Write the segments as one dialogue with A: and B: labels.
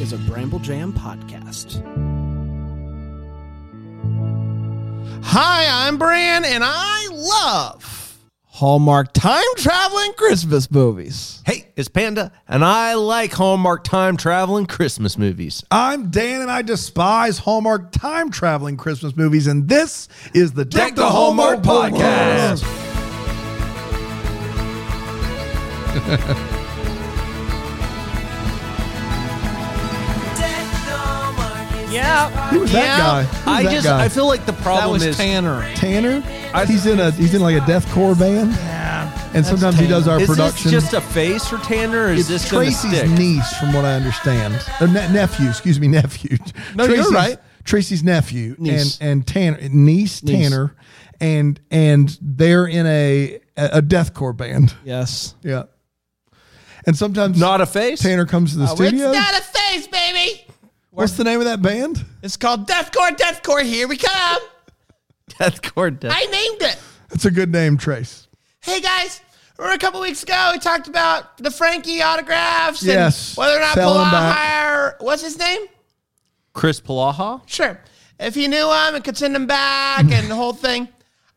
A: is a Bramble Jam podcast.
B: Hi, I'm Bran, and I love Hallmark time traveling Christmas movies.
C: Hey, it's Panda, and I like Hallmark time traveling Christmas movies.
D: I'm Dan, and I despise Hallmark time traveling Christmas movies, and this is the Deck,
C: the Hallmark podcast. Yeah,
D: Who was that guy? Who was
C: I
D: that
C: just
D: guy?
C: I feel like the
B: That
C: problem
B: was
C: is
B: Tanner.
D: Tanner. he's in a he's in like a deathcore band. Yeah, and sometimes he does our
C: is
D: production.
C: this just a face for Tanner? Or is
D: it's
C: this going to
D: Tracy's
C: stick?
D: niece, from what I understand, or ne- nephew. Excuse me, nephew.
B: No, you're
D: Tracy's,
B: right.
D: Tracy's nephew
A: Niece.
D: and and Tanner niece, Tanner, and and they're in a a a deathcore band.
B: Yes.
D: Yeah, and sometimes
C: Not a face.
D: Tanner comes to the studio.
C: a face, baby.
D: What's the name of that band?
B: It's called Deathcore, Deathcore, here we come.
C: Deathcore death.
B: I named it.
D: That's a good name, Trace.
B: Hey guys, remember a couple weeks ago we talked about the Frankie autographs and
D: Yes.
B: whether or not
D: Sell 'em
B: Palahar, what's his name?
C: Chris Palaha.
B: Sure. If he knew him and could send him back and the whole thing.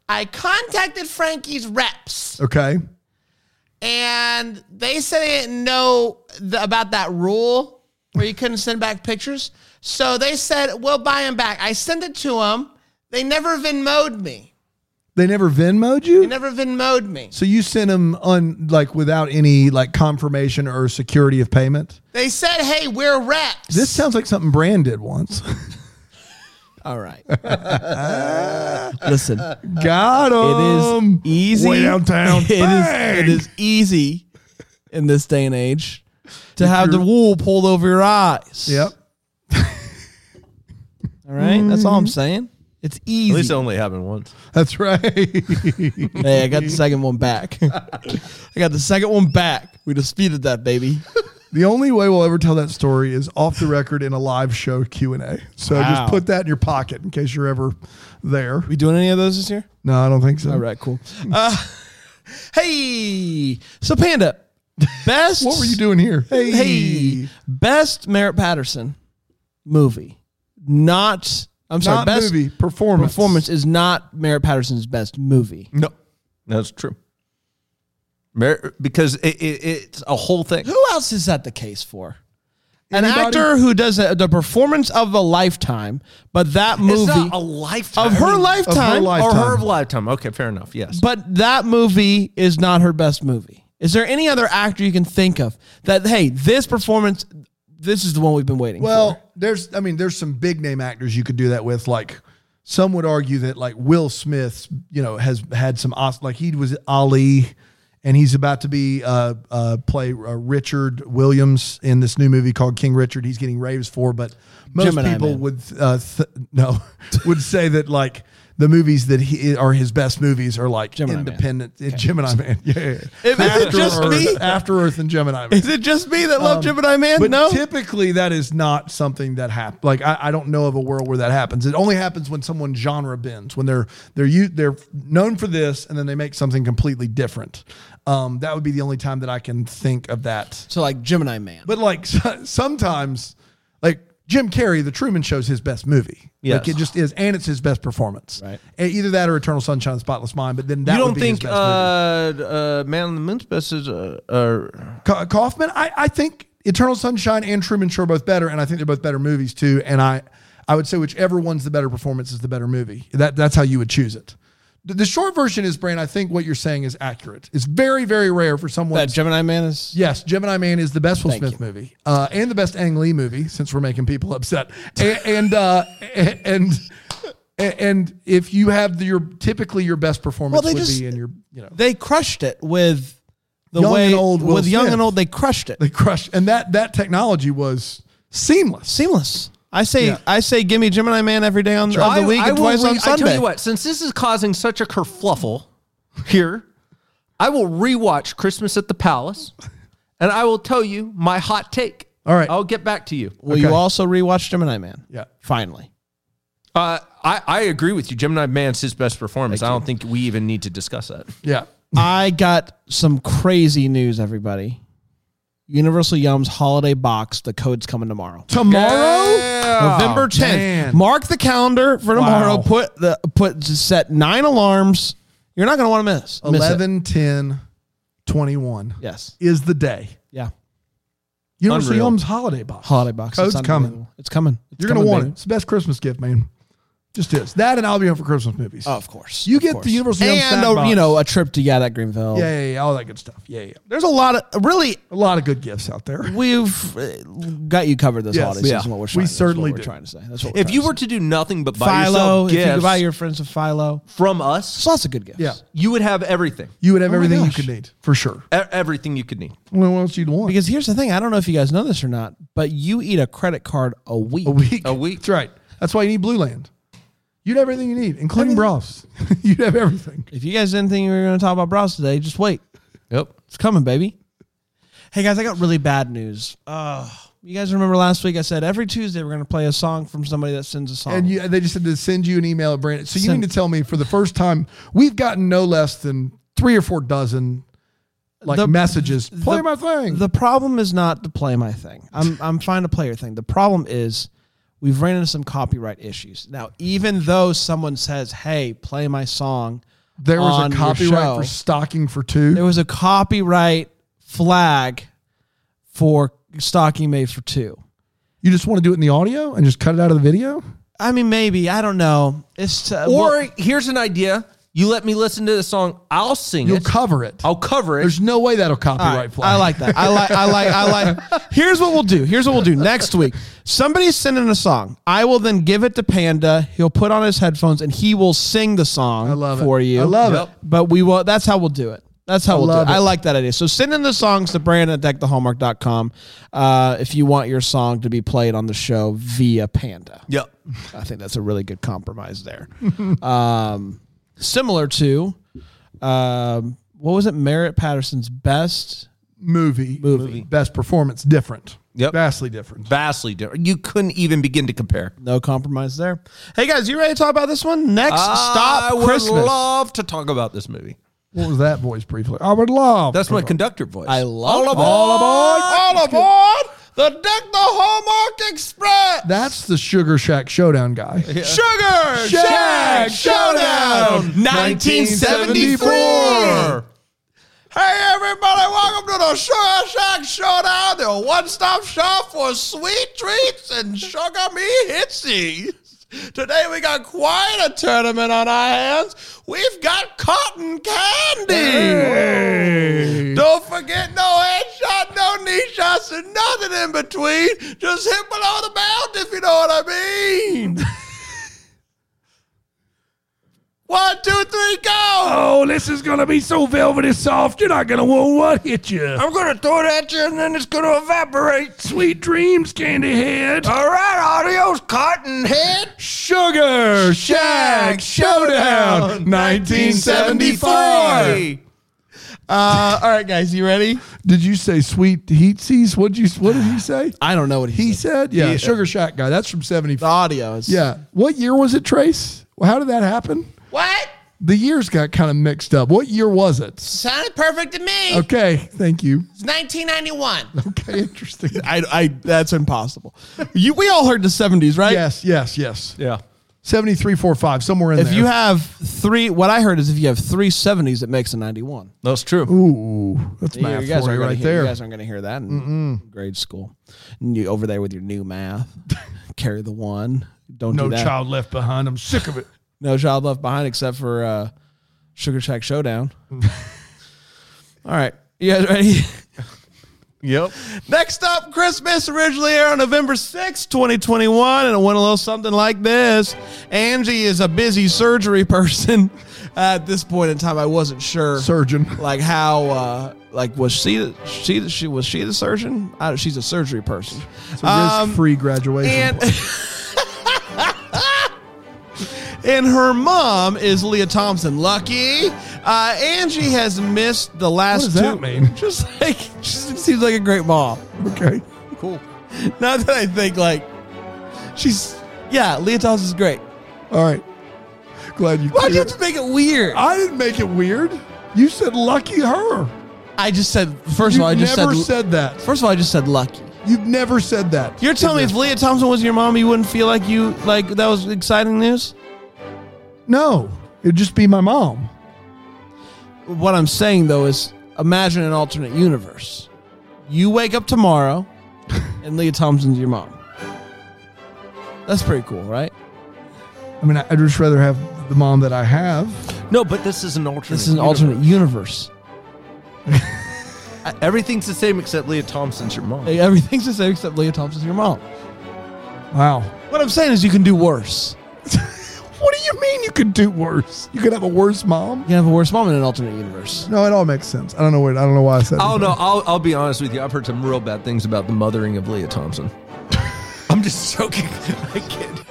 B: I contacted Frankie's reps
D: Okay.
B: and they said they didn't know the, about that rule where you couldn't send back pictures. So they said, we'll buy him back. I sent it to them. They never Venmoed me.
D: They never Venmoed you?
B: They never Venmoed me.
D: so you sent them on like without any like confirmation or security of payment.
B: They said, hey, we're reps.
D: This sounds like something Brand did once.
A: All right. Listen, it
D: Got
A: is
D: him.
A: easy.
D: Way downtown.
A: It is, it
D: Bang!
A: is easy in this day and age to have the wool pulled over your eyes.
D: Yep.
A: All right. That's all I'm saying. It's easy.
C: At least it only happened once.
D: That's right.
A: Hey, I got the second one back. I got the second one back. We disputed that, baby.
D: the only way we'll ever tell that story is off the record in a live show Q and A. So
A: Wow.
D: just put that in your pocket in case you're ever there.
A: We doing any of those this year?
D: No, I don't think so.
A: All right, cool. Uh, hey, so Panda, best.
D: What were you doing here?
A: Hey, best Merritt Patterson movie, not. I'm sorry,
D: Not
A: best
D: movie performance.
A: performance is not Merritt Patterson's best movie.
D: No.
C: That's true. Mer- because it, it, it's a whole thing.
A: Who else is that the case for? An
D: Anybody?
A: actor who does a, the performance of a lifetime, but that movie
C: It's not a lifetime
A: of her
C: I mean,
A: lifetime,
C: or
D: lifetime.
C: her lifetime. Okay, fair enough. Yes.
A: but that movie is not her best movie. Is there any other actor you can think of that? Hey, this performance, this is the one we've been waiting for.
D: Well, there's I mean, there's some big name actors you could do that with. Like some would argue that like Will Smith, you know, has had some Os- like he was Ali, and he's about to be uh, uh, play uh, Richard Williams in this new movie called King Richard. He's getting raves for, but most
A: Gemini
D: people
A: Man.
D: would uh, th- no would say that like. The movies that he are his best movies are like
A: Gemini Man.
D: independent Gemini Man, yeah, yeah, yeah.
A: If it's just
D: Earth,
A: me-
D: After Earth and Gemini Man.
A: Is it just me that love Gemini Man?
D: But
A: no.
D: typically, that is not something that happens. Like I, I don't know of a world where that happens. It only happens when someone genre bends, when they're they're u- they're known for this, and then they make something completely different. Um, that would be the only time that I can think of that.
A: so like Gemini Man.
D: But like so- sometimes, like Jim Carrey, The Truman Show's his best movie.
C: Yes.
D: Like it just is, and it's his best performance.
A: Right.
D: And Either that or Eternal Sunshine of the Spotless Mind. But then that
C: you
D: would
C: don't
D: be
C: think
D: his
C: uh,
D: best movie.
C: uh, Man on the Moon's best is uh, uh,
D: Ka- Kaufman, I, I think Eternal Sunshine and Truman Show are both better, and I think they're both better movies too. And I, I would say whichever one's the better performance is the better movie. That that's how you would choose it. The, the short version is, Brand. I think what you're saying is accurate. It's very very rare for someone.
A: that Gemini Man is.
D: yes, Gemini Man is the best Will
A: Thank
D: Smith movie, uh, and the best Ang Lee movie. Since we're making people upset, and and. Uh, a- and and if you have the, your typically your best performance
A: they
D: would
A: just-
D: be in your you know
A: They crushed it with the
D: Young
A: way
D: and old Will
A: with young
D: Smith.
A: and old. They crushed it.
D: they crushed and that that technology was seamless
A: Seamless. I say
D: Yeah.
A: I say give me Gemini Man every day on
C: I-
A: on the week
C: I
A: and
C: will
A: twice
C: re-
A: on Sunday.
C: I tell you what, since this is causing such a kerfluffle here, I will rewatch Christmas at the Palace, and I will tell you my hot take.
D: All right.
C: I'll get back to you.
A: Will you
D: Okay.
A: also rewatch Gemini Man?
D: Yeah.
A: Finally.
C: Uh, I, I agree with you. Gemini Man's his best performance. I don't think we even need to discuss that.
D: Yeah.
A: I got some crazy news, everybody.
B: Universal Yums holiday box. The code's coming tomorrow.
D: Tomorrow?
A: Oh,
B: November 10th.
D: Oh, man.
B: Mark the calendar for tomorrow.
D: Wow.
B: Put the put just set nine alarms. You're not gonna want to miss. miss it.
D: 11, 10, 21
B: Yes.
D: is the day.
B: Yeah.
D: Universal
C: Unreal.
D: Yums holiday box.
B: Holiday box.
D: Code's
B: It's
D: coming.
B: unbelievable. It's coming. It's
D: You're going to
B: coming,
D: want
B: baby.
D: it. It's the best Christmas gift, man. Just is. That and I'll be home for Christmas movies.
B: Oh, of course.
D: you
B: Of
D: get
B: course.
D: the Universal Yums
B: and
D: snack
B: a,
D: box.
B: you know a trip to yeah that Greenville.
D: yeah, yeah, yeah, all that good stuff. Yeah, yeah.
B: There's a lot of really
D: A lot of good gifts out there.
B: we've uh, got you covered this
D: Yes.
B: holiday
D: Yeah.
B: season. What we're
D: We
B: trying, that's
D: certainly
B: what
D: do.
B: we're trying to say. That's what we're
C: If
B: trying
C: you
B: to
C: were
B: say.
C: to do nothing but
B: Philo,
C: buy yourself
B: if you
C: gifts
B: could buy your friends a Philo,
C: from
B: there's
C: us,
B: lots of good gifts.
D: Yeah.
C: you would have everything,
D: You would have
B: Oh my
D: everything you
B: gosh.
D: could need for sure.
C: E- everything you could need.
D: Well, what else you'd want?
B: Because here's the thing, I don't know if you guys know this or not, but you eat a credit card a week.
D: a week.
C: A week.
D: That's right. That's why you need Blue Land. You'd have everything you need, including bras. You'd have everything.
B: If you guys didn't think we were going to talk about bras today, just wait.
C: Yep.
B: It's coming, baby. Hey guys, I got really bad news. Uh, you guys remember last week I said every Tuesday we're going to play a song from somebody that sends a song.
D: And you, they just had to send you an email at Brandon. So you
B: Send-
D: need to tell me for the first time, we've gotten no less than three or four dozen like
B: The-
D: messages. Play
B: the-
D: my thing.
B: The problem is not to play my thing. I'm I'm fine to play your thing. The problem is we've ran into some copyright issues. Now, even though someone says, "Hey, play my song,"
D: there
B: on
D: was a
B: your
D: copyright
B: show.
D: for stocking for two.
B: there was a copyright flag for stocking made for two.
D: you just want to do it in the audio and just cut it out of the video?
B: I mean, maybe I don't know. It's uh,
C: Or
B: well,
C: here's an idea: you let me listen to the song, I'll sing
D: You'll
C: it,
D: cover it.
C: I'll cover it.
D: There's no way that'll copyright fly.
B: Oh. I like that. I like. I like. I like. Here's what we'll do. Here's what we'll do next week. Somebody's sending a song. I will then give it to Panda. He'll put on his headphones and he will sing the song
D: I love it.
B: for you.
D: I love
C: Yep.
D: it.
B: But we will. That's how we'll do it. That's how we'll do it.
D: love it.
B: I like that idea. So send in the songs to Brandon at deckthehallmark.com uh, if you want your song to be played on the show via Panda.
C: yep.
B: I think that's a really good compromise there. um, similar to um, what was it? Merritt Patterson's best.
D: Movie, movie. Best performance, different.
C: Yep.
D: Vastly different.
C: Vastly different. You couldn't even begin to compare.
B: No compromise there. Hey guys, you ready to talk about this one? Next
C: I
B: stop
C: would
B: Christmas.
C: love to talk about this movie.
D: What was that voice briefly? I would love.
C: That's my conductor voice.
B: I love
C: all
B: that.
C: aboard, all aboard.
B: the deck the Hallmark Express.
D: That's the Sugar Shack Showdown guy.
B: Sugar
D: Shack
B: Shack
D: Showdown,
B: Showdown 1974. Hey everybody, welcome to the Sugar Shack Showdown, the one-stop shop for sweet treats and sugar me hitsies. Today we got quite a tournament on our hands. We've got cotton candy. Don't forget no headshot, no knee shots, and nothing in between. Just hit below the belt if you know what I mean. One, two, three, go!
E: Oh, this is gonna be so velvety soft, you're not gonna want what hit you. I'm gonna throw it at you and then it's gonna evaporate. Sweet dreams, candy head. All right, adios, cotton head.
D: Sugar Shack Showdown 1974.
B: Uh, all right, guys, you ready?
D: Did you say sweet heat seas? What did you what did he say?
B: I don't know what
D: He said, yeah, Sugar Shack guy. That's from
B: The
D: 74.
B: audio is
D: Yeah. What year was it, Trace? Well, how did that happen?
A: What?
D: The years got kind of mixed up. What year was it?
A: Sounded perfect to me.
D: Okay, thank you.
A: It's 1991.
D: Okay, interesting.
B: I, I that's impossible. You we all heard the seventies, right?
D: Yes, yes, yes.
C: Yeah.
D: 73 4 5 somewhere in
B: If
D: there.
B: you have three, what I heard is if you have three seventies, it makes a ninety-one.
C: That's true.
D: Ooh, that's math
B: you guys
D: for
B: aren't
D: you
B: gonna
D: right
B: hear,
D: there.
B: You guys aren't going to hear that in grade school. And You over there with your new math, carry the one. Don't do
E: No
B: that.
E: child left behind. I'm sick of it.
B: No child left behind except for uh, Sugar Shack Showdown. all right, you guys ready?
C: Yep.
B: Next up, Christmas originally aired on November sixth, 2021, and it went a little something like this. Angie is a busy surgery person. At this point in time, I wasn't sure,
D: Surgeon.
B: like how, uh, like was she, she, she was she the surgeon? I, she's a surgery person. Um,
D: risk-free graduation.
B: and and her mom is Leah Thompson. Lucky uh, Angie has missed the last
D: does that
B: two.
D: mean?
B: Just like she seems like a great mom.
D: okay.
C: Cool.
B: Not that I think like she's yeah, Leah Thompson's great.
D: All right. Glad you
B: Why'd you
D: cleared-
B: have to make it weird?
D: I didn't make it weird. You said lucky her.
B: I just said. First of
D: You've
B: all, I just
D: never
B: said.
D: said that.
B: First of all, I just said lucky.
D: You've never said that.
B: You're telling me if Leah Thompson was your mom, you wouldn't feel like you like that was exciting news.
D: No, it'd just be my mom.
B: What I'm saying though is, imagine an alternate universe. You wake up tomorrow, and Leah Thompson's your mom. That's pretty cool, right?
D: I mean, I'd just rather have the mom that I have.
C: No, but this is an alternate.
B: This is an
C: universe.
B: alternate universe.
C: Everything's the same except Leah Thompson's your mom.
B: Like, everything's the same except Leah Thompson's your mom.
D: Wow.
B: What I'm saying is, you can do worse.
D: What do you mean you could do worse? You could have a worse mom?
B: You can have a worse mom in an alternate universe.
D: No, it all makes sense. I don't know where. I don't know why I said.
C: Oh
D: that.
C: no, I'll I'll be honest with you. I've heard some real bad things about the mothering of Leah Thompson. I'm just joking. I kid.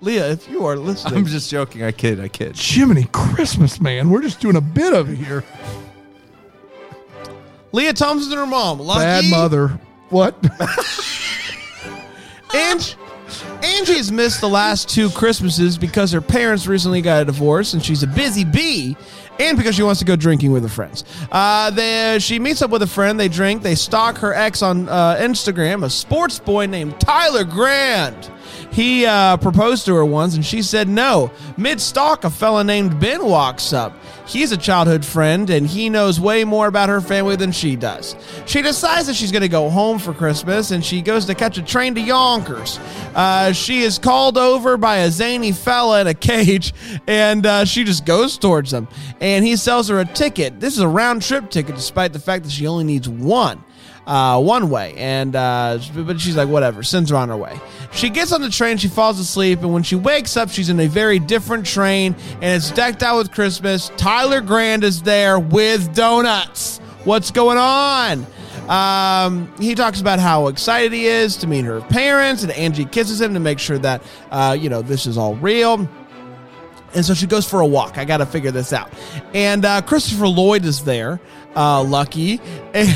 B: Leah, if you are listening,
C: I'm just joking. I kid. I kid.
D: Jiminy Christmas, man. We're just doing a bit of it here.
B: Leah Thompson and her mom, lucky.
D: Bad mother. What?
B: And Angie's missed the last two Christmases because her parents recently got a divorce and she's a busy bee and because she wants to go drinking with her friends. Uh, they, she meets up with a friend, they drink, they stalk her ex on uh, Instagram, a sports boy named Tyler Grand. He uh, proposed to her once and she said no. Mid stalk, a fella named Ben walks up. He's a childhood friend and he knows way more about her family than she does. She decides that she's going to go home for Christmas and she goes to catch a train to Yonkers. Uh, she is called over by a zany fella in a cage and uh, she just goes towards him and he sells her a ticket. This is a round trip ticket despite the fact that she only needs one uh, one way. And uh, but she's like, whatever, sends her on her way. She gets on the train, she falls asleep, and when she wakes up, she's in a very different train, and it's decked out with Christmas. Tyler Grand is there with donuts. What's going on? Um, he talks about how excited he is to meet her parents, and Angie kisses him to make sure that uh, you know this is all real. And so she goes for a walk. I got to figure this out. And uh, Christopher Lloyd is there, uh, lucky, and,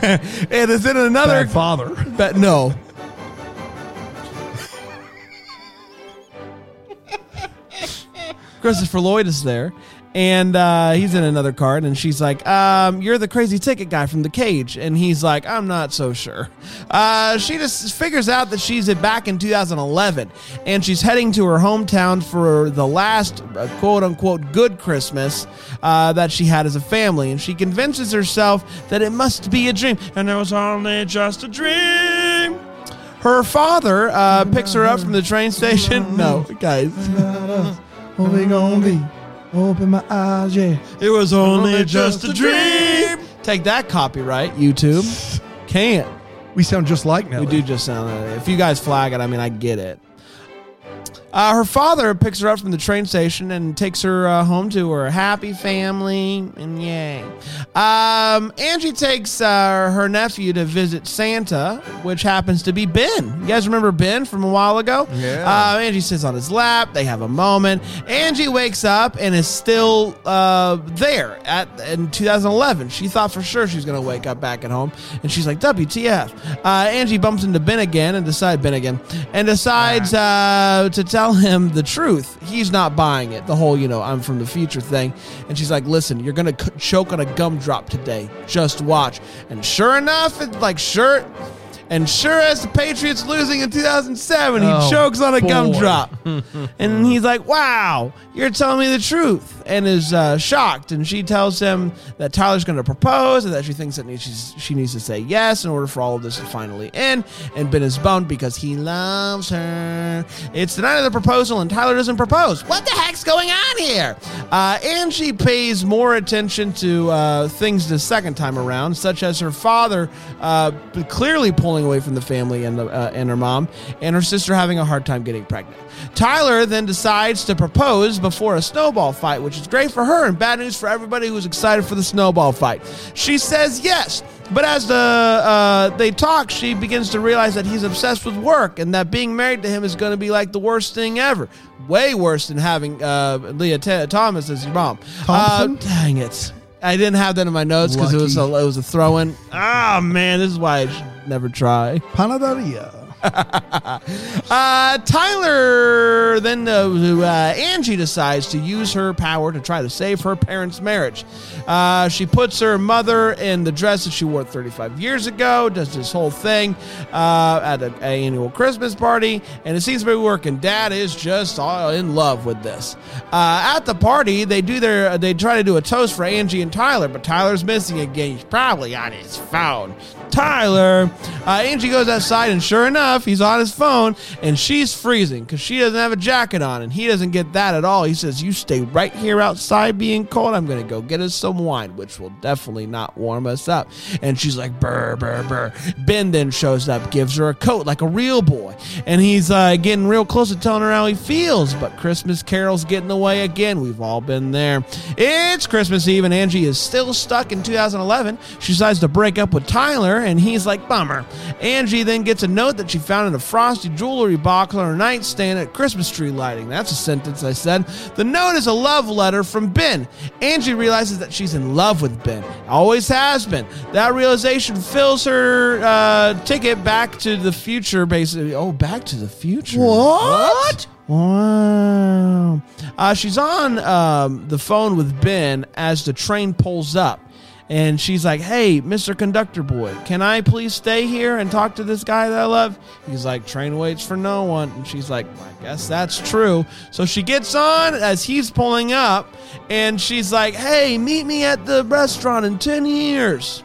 B: and is in another.
D: Bad father.
B: But no. Christopher Lloyd is there, and uh, he's in another card, and she's like, um, "You're the crazy ticket guy from the cage," and he's like, "I'm not so sure." Uh, she just figures out that she's back in 2011, and she's heading to her hometown for the last uh, "quote unquote" good Christmas uh, that she had as a family, and she convinces herself that it must be a dream, and it was only just a dream. Her father uh, picks her up from the train station. No, guys.
D: Holding on me. Open my eyes, yeah.
B: It was only just a dream. Take that copyright, YouTube. Can't.
D: We sound just like Nelly.
B: We do just sound like If you guys flag it, I mean, I get it. Uh, her father picks her up from the train station and takes her uh, home to her happy family, and yay. Um, Angie takes uh, her nephew to visit Santa, which happens to be Ben. You guys remember Ben from a while ago?
C: Yeah.
B: Uh, Angie sits on his lap. They have a moment. Angie wakes up and is still uh, there at in 2011. She thought for sure she was going to wake up back at home, and she's like, "WTF?" Uh, Angie bumps into Ben again and decide Ben again and decides uh, to tell him the truth. He's not buying it. The whole you know I'm from the future thing, and she's like, "Listen, you're going to c- choke on a gumdrop today. Just watch." And sure enough, it's like sure. And sure as the Patriots losing in 2007, he
D: Oh,
B: chokes on a
D: boy.
B: gumdrop. and he's like, wow, you're telling me the truth. And is uh, shocked. And she tells him that Tyler's going to propose and that she thinks that needs, she's, she needs to say yes in order for all of this to finally end. And Ben is bummed because he loves her. It's the night of the proposal and Tyler doesn't propose. What the heck's going on here? Uh, and she pays more attention to uh, things the second time around, such as her father uh, clearly pulling away from the family and, the, uh, and her mom, and her sister having a hard time getting pregnant. Tyler then decides to propose before a snowball fight, which is great for her and bad news for everybody who's excited for the snowball fight. She says yes, but as the uh, they talk, she begins to realize that he's obsessed with work and that being married to him is going to be like the worst thing ever. Way worse than having uh, Leah T- Thomas as your mom.
D: Thompson?
B: Uh, dang it. I didn't have that in my notes because it was a, it was a throw in. Ah man, this is why I should never try.
D: Panaderia.
B: Uh, Tyler then uh, uh, Angie decides to use her power to try to save her parents' marriage. Uh, she puts her mother in the dress that she wore 35 years ago. Does this whole thing uh, at an annual Christmas party, and it seems to be working. Dad is just all in love with this. Uh, at the party, they do their they try to do a toast for Angie and Tyler, but Tyler's missing again. He's probably on his phone. Tyler. Uh, Angie goes outside, and sure enough, he's on his phone, and she's freezing because she doesn't have a jacket on, and he doesn't get that at all. He says, "You stay right here outside, being cold. I'm gonna go get us some wine, which will definitely not warm us up." And she's like, "Brr, brr, brr." Ben then shows up, gives her a coat like a real boy, and he's uh, getting real close to telling her how he feels. But Christmas Carol's getting away again. We've all been there. It's Christmas Eve, and Angie is still stuck in 2011. She decides to break up with Tyler, and he's like, bummer. Angie then gets a note that she found in a frosty jewelry box on her nightstand at Christmas tree lighting. That's a sentence I said. The note is a love letter from Ben. Angie realizes that she's in love with Ben, always has been. That realization fills her uh, ticket back to the future, basically. Oh, back to the future. What? Wow. Uh, she's on um, the phone with Ben as the train pulls up. And she's like, hey, Mr. Conductor Boy, can I please stay here and talk to this guy that I love? He's like, train waits for no one. And she's like, I guess that's true. So she gets on as he's pulling up, and she's like, hey, meet me at the restaurant in 10 years.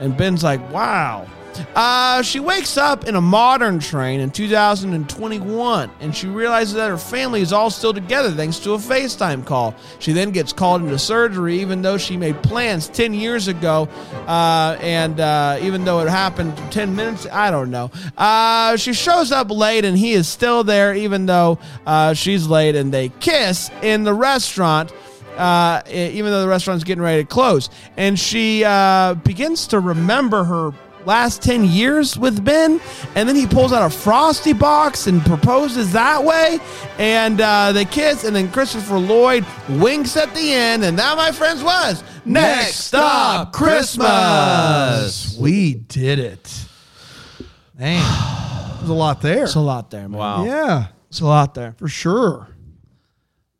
B: And Ben's like, wow. Uh, she wakes up in a modern train in 2021 and she realizes that her family is all still together thanks to a FaceTime call. She then gets called into surgery, even though she made plans 10 years ago. Uh, and uh, even though it happened 10 minutes, I don't know. Uh, she shows up late and he is still there, even though uh, she's late, and they kiss in the restaurant uh, e- even though the restaurant's getting ready to close. And she uh, begins to remember her last 10 years with Ben. And then he pulls out a frosty box and proposes that way. And uh, they kiss. And then Christopher Lloyd winks at the end. And that, my friends, was Next Up Christmas.
D: We did it.
C: Dang.
D: There's a lot there.
B: It's a lot there, man.
C: Wow.
D: yeah,
B: It's a lot there.
D: for sure.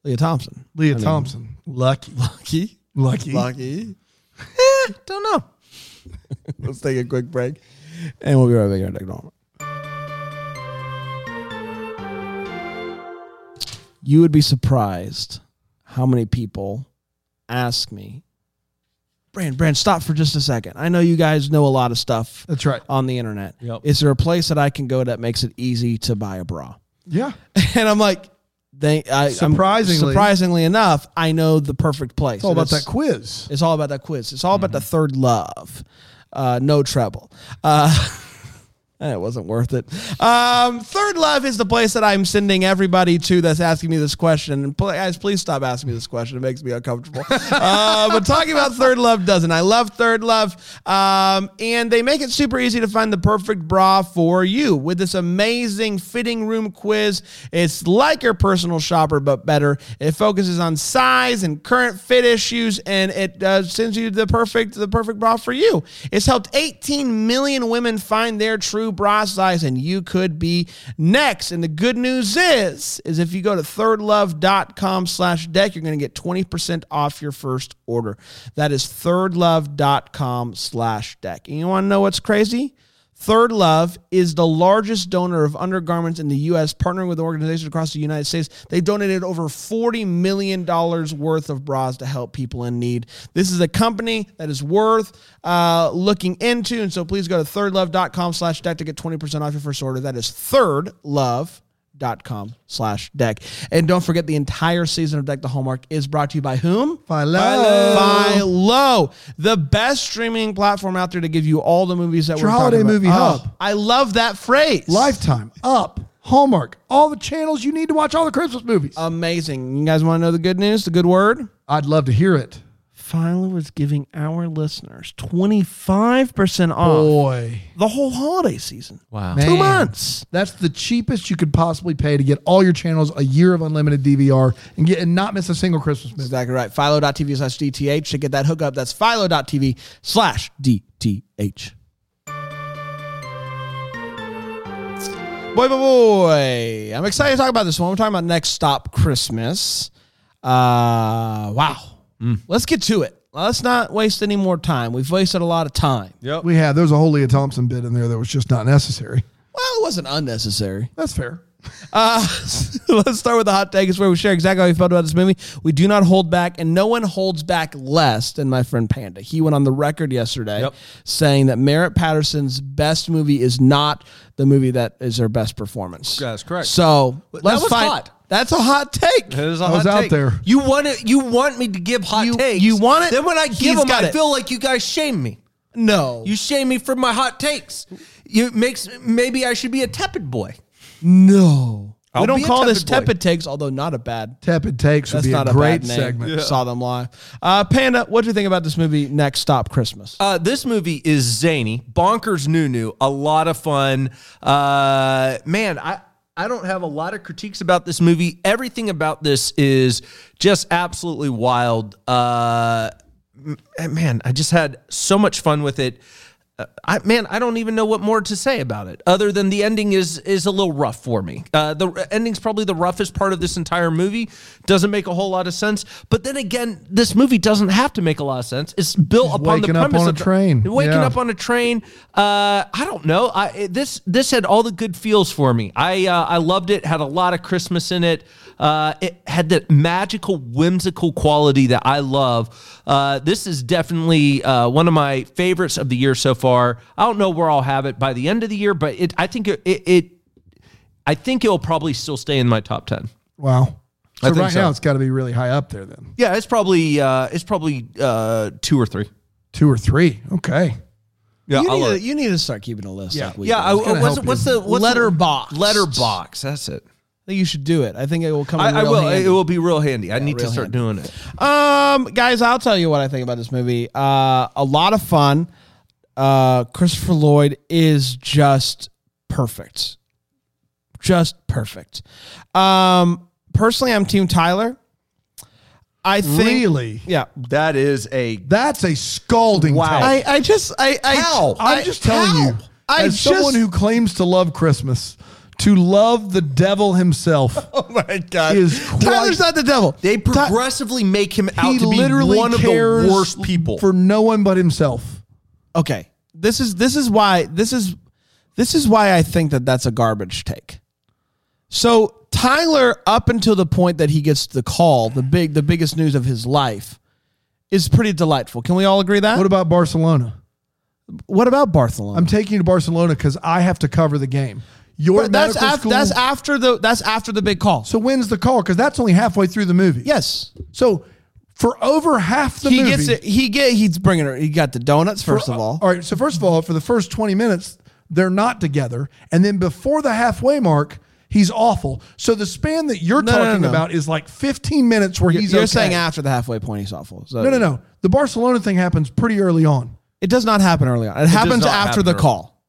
B: Leah Thompson.
D: Leah Thompson. Lucky.
B: Lucky.
D: Lucky.
B: Lucky. Eh, don't know. Let's take a quick break. And we'll be right back here. Take normal. You would be surprised how many people ask me, Brand, Brand, stop for just a second. I know you guys know a lot of stuff
D: That's right.
B: on the internet.
C: Yep.
B: Is there a place that I can go that makes it easy to buy a bra?
D: Yeah.
B: And I'm like, they, I, I'm-
D: Surprisingly.
B: surprisingly enough, I know the perfect place.
D: It's all about
B: It's-
D: that quiz.
B: it's all about that quiz. It's all about the third love. Uh, no treble. Uh, and it wasn't worth it. Um, third love is the place that I'm sending everybody to that's asking me this question. And pl- guys, please stop asking me this question. It makes me uncomfortable. uh, but talking about third love doesn't. I love third love. Um, and they make it super easy to find the perfect bra for you with this amazing fitting room quiz. It's like your personal shopper, but better. It focuses on size and current fit issues, and it uh, sends you the perfect the perfect bra for you. It's helped 18 million women find their true bra size, and you could be next. And the good news is, is if you go to thirdlove.com slash deck, you're going to get 20% off your first order. That is thirdlove.com slash deck. And you want to know what's crazy? Third Love is the largest donor of undergarments in the U.S., partnering with organizations across the United States. They donated over $40 million worth of bras to help people in need. This is a company that is worth uh, looking into, and so please go to thirdlove.com slash deck to get 20% off your first order. That is Third Love dot com slash deck and don't forget the entire season of deck the hallmark is brought to you by whom
D: Philo.
B: Philo, the best streaming platform out there to give you all the movies that
D: your
B: we're talking
D: holiday
B: about.
D: movie
B: Oh,
D: hub.
B: I love that phrase.
D: Lifetime. Up. Hallmark. All the channels you need to watch all the Christmas movies.
B: Amazing. You guys want to know the good news, the good word?
D: I'd love to hear it.
B: Philo is giving our listeners 25%
D: uh,
B: off
D: Boy.
B: the whole holiday season.
C: Wow.
B: Two
D: Man.
B: months.
D: That's the cheapest you could possibly pay to get all your channels, a year of unlimited DVR, and get and not miss a single Christmas movie.
B: Exactly right. Philo.tv slash DTH to get that hookup. That's philo.tv slash DTH. Boy, boy, boy. I'm excited to talk about this one. We're talking about Next Stop Christmas. Uh, wow. Let's get to it. Let's not waste any more time. We've wasted a lot of time.
D: We had there's a whole Leah Thompson bit in there that was just not necessary.
B: Well, it wasn't unnecessary.
D: That's fair.
B: Uh, let's start with the hot take. It's where we share exactly how we felt about this movie. We do not hold back, and no one holds back less than my friend Panda. He went on the record yesterday
C: Yep.
B: saying that Merritt Patterson's best movie is not the movie that is her best performance.
C: That's correct.
B: So let's
C: was
B: find.
C: hot.
B: That's a hot take.
C: That is a
D: I was
C: hot
D: out
C: take.
D: there.
C: You want it? You want me to give hot
B: You-
C: takes?
B: you want it?
C: Then when I
B: He's
C: give them,
B: got
C: I
B: it.
C: feel like you guys shame me.
B: No,
C: You shame me for my hot takes. You makes maybe I should be a tepid boy.
B: no.
C: I'll
B: we don't
C: be a
B: call this
C: tepid boy.
B: tepid takes, although not a bad.
D: Tepid takes would
B: That's
D: be
B: not
D: a
B: a,
D: great
B: bad name.
D: segment.
B: Saw them live. Uh, Panda, what do you think about this movie? Next Stop Christmas.
C: Uh, this movie is zany, bonkers, new, new, a lot of fun. Uh, man, I I don't have a lot of critiques about this movie. Everything about this is just absolutely wild. Uh, m- man, I just had so much fun with it. Uh, I, man, I don't even know what more to say about it, other than the ending is is a little rough for me. Uh, the r- ending's probably the roughest part of this entire movie. Doesn't make a whole lot of sense. But then again, this movie doesn't have to make a lot of sense. It's built upon the
D: waking up
C: premise
D: on a
C: of the-
D: train.
C: waking
D: Yeah.
C: up on a train. Uh, I don't know. I it- this this had all the good feels for me. I uh, I loved it. Had a lot of Christmas in it. Uh, it had that magical, whimsical quality that I love. Uh, this is definitely uh, one of my favorites of the year so far. I don't know where I'll have it by the end of the year, but it I think it it, it I think it'll probably still stay in my top ten.
D: Wow. So
C: think
D: right
C: so.
D: now it's got to be really high up there then.
C: Yeah, it's probably uh, it's probably uh, two or three.
D: Two or three. Okay.
C: Yeah,
B: you,
C: I
B: need
C: love
B: to,
C: it.
B: you need to start keeping a list.
D: Yeah.
B: like we
C: Yeah,
B: do.
C: I,
D: gonna
C: what's,
D: help
C: what's
D: you.
C: the what's
B: Letterbox.
C: The, letterbox. That's it.
B: I think you should do it. I think it will come. In
C: I, I
B: real
C: will.
B: handy.
C: It will be real handy. I need to
B: real
C: start doing it.
B: Um, guys, I'll tell you what I think about this movie. Uh, a lot of fun. Uh, Christopher Lloyd is just perfect, just perfect. Um, personally, I'm Team Tyler. I think.
D: Really?
B: Yeah.
C: That is a.
D: That's a scalding
C: Wow.
D: wow.
B: I, I just I I
C: How?
D: I'm just telling
B: how?
D: you,
B: I
D: as
B: just,
D: someone who claims to love Christmas, to love the devil himself
C: Oh my god.
D: is quite.
B: Tyler's not the devil.
C: they progressively make him out
D: he
C: to be
D: literally
C: one of the
D: cares
C: worst people.
D: for no one but himself.
B: okay this is this is why this is this is why i think that that's a garbage take so tyler up until the point that he gets the call the big the biggest news of his life is pretty delightful can we all agree that
D: What
B: what,
D: about Barcelona?
B: about barcelona
D: I'm taking you to Barcelona because I have to cover the game. Your
B: But that's
D: medical
B: af-
D: school.
B: that's after the that's after the big call
D: so when's the call? Because that's only halfway through the movie.
B: yes
D: So for over half the
B: he
D: movie,
B: gets it he get he's bringing her he got the donuts first of all
D: All right. So first of all, for the first 20 minutes, they're not together, and then before the halfway mark, he's awful. So the span that you're
B: no,
D: talking
B: no.
D: about is like 15 minutes where he's.
B: you're
D: okay.
B: saying after the halfway point he's awful so
D: No, no, no. The Barcelona thing happens pretty early on.
B: It does not happen early on. It, happens
C: not
B: after
C: happen
B: the
C: early.
B: call.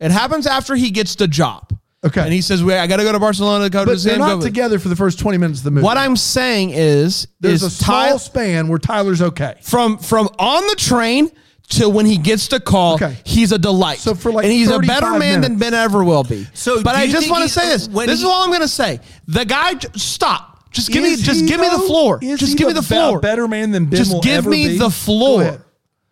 B: It happens after he gets the job.
D: Okay.
B: And he says, "Wait, I got to go to Barcelona to go to
D: But
B: San
D: they're not together for the first 20 minutes of the movie.
B: What I'm saying is,
D: There's a
B: is
D: small
B: Tyler
D: span where Tyler's okay.
B: from from on the train to when he gets the call,
D: Okay.
B: he's a delight.
D: So for like
B: and he's a better
D: 35
B: man than Ben ever will be.
C: So
B: but
C: do
B: I
C: you
B: just
C: think
B: want to
C: he- uh,
B: say this.
C: when
B: This
C: he-
B: is all I'm going to say. The guy, j- stop. Just give me,
D: Is
B: just
D: he,
B: give me the
D: though?
B: floor.
D: Is
B: Just
D: he
B: give me the
D: be-
B: floor.
D: Better man than Ben
B: Just
D: will
B: give
D: ever
B: me
D: be?
B: the floor.
D: Go ahead.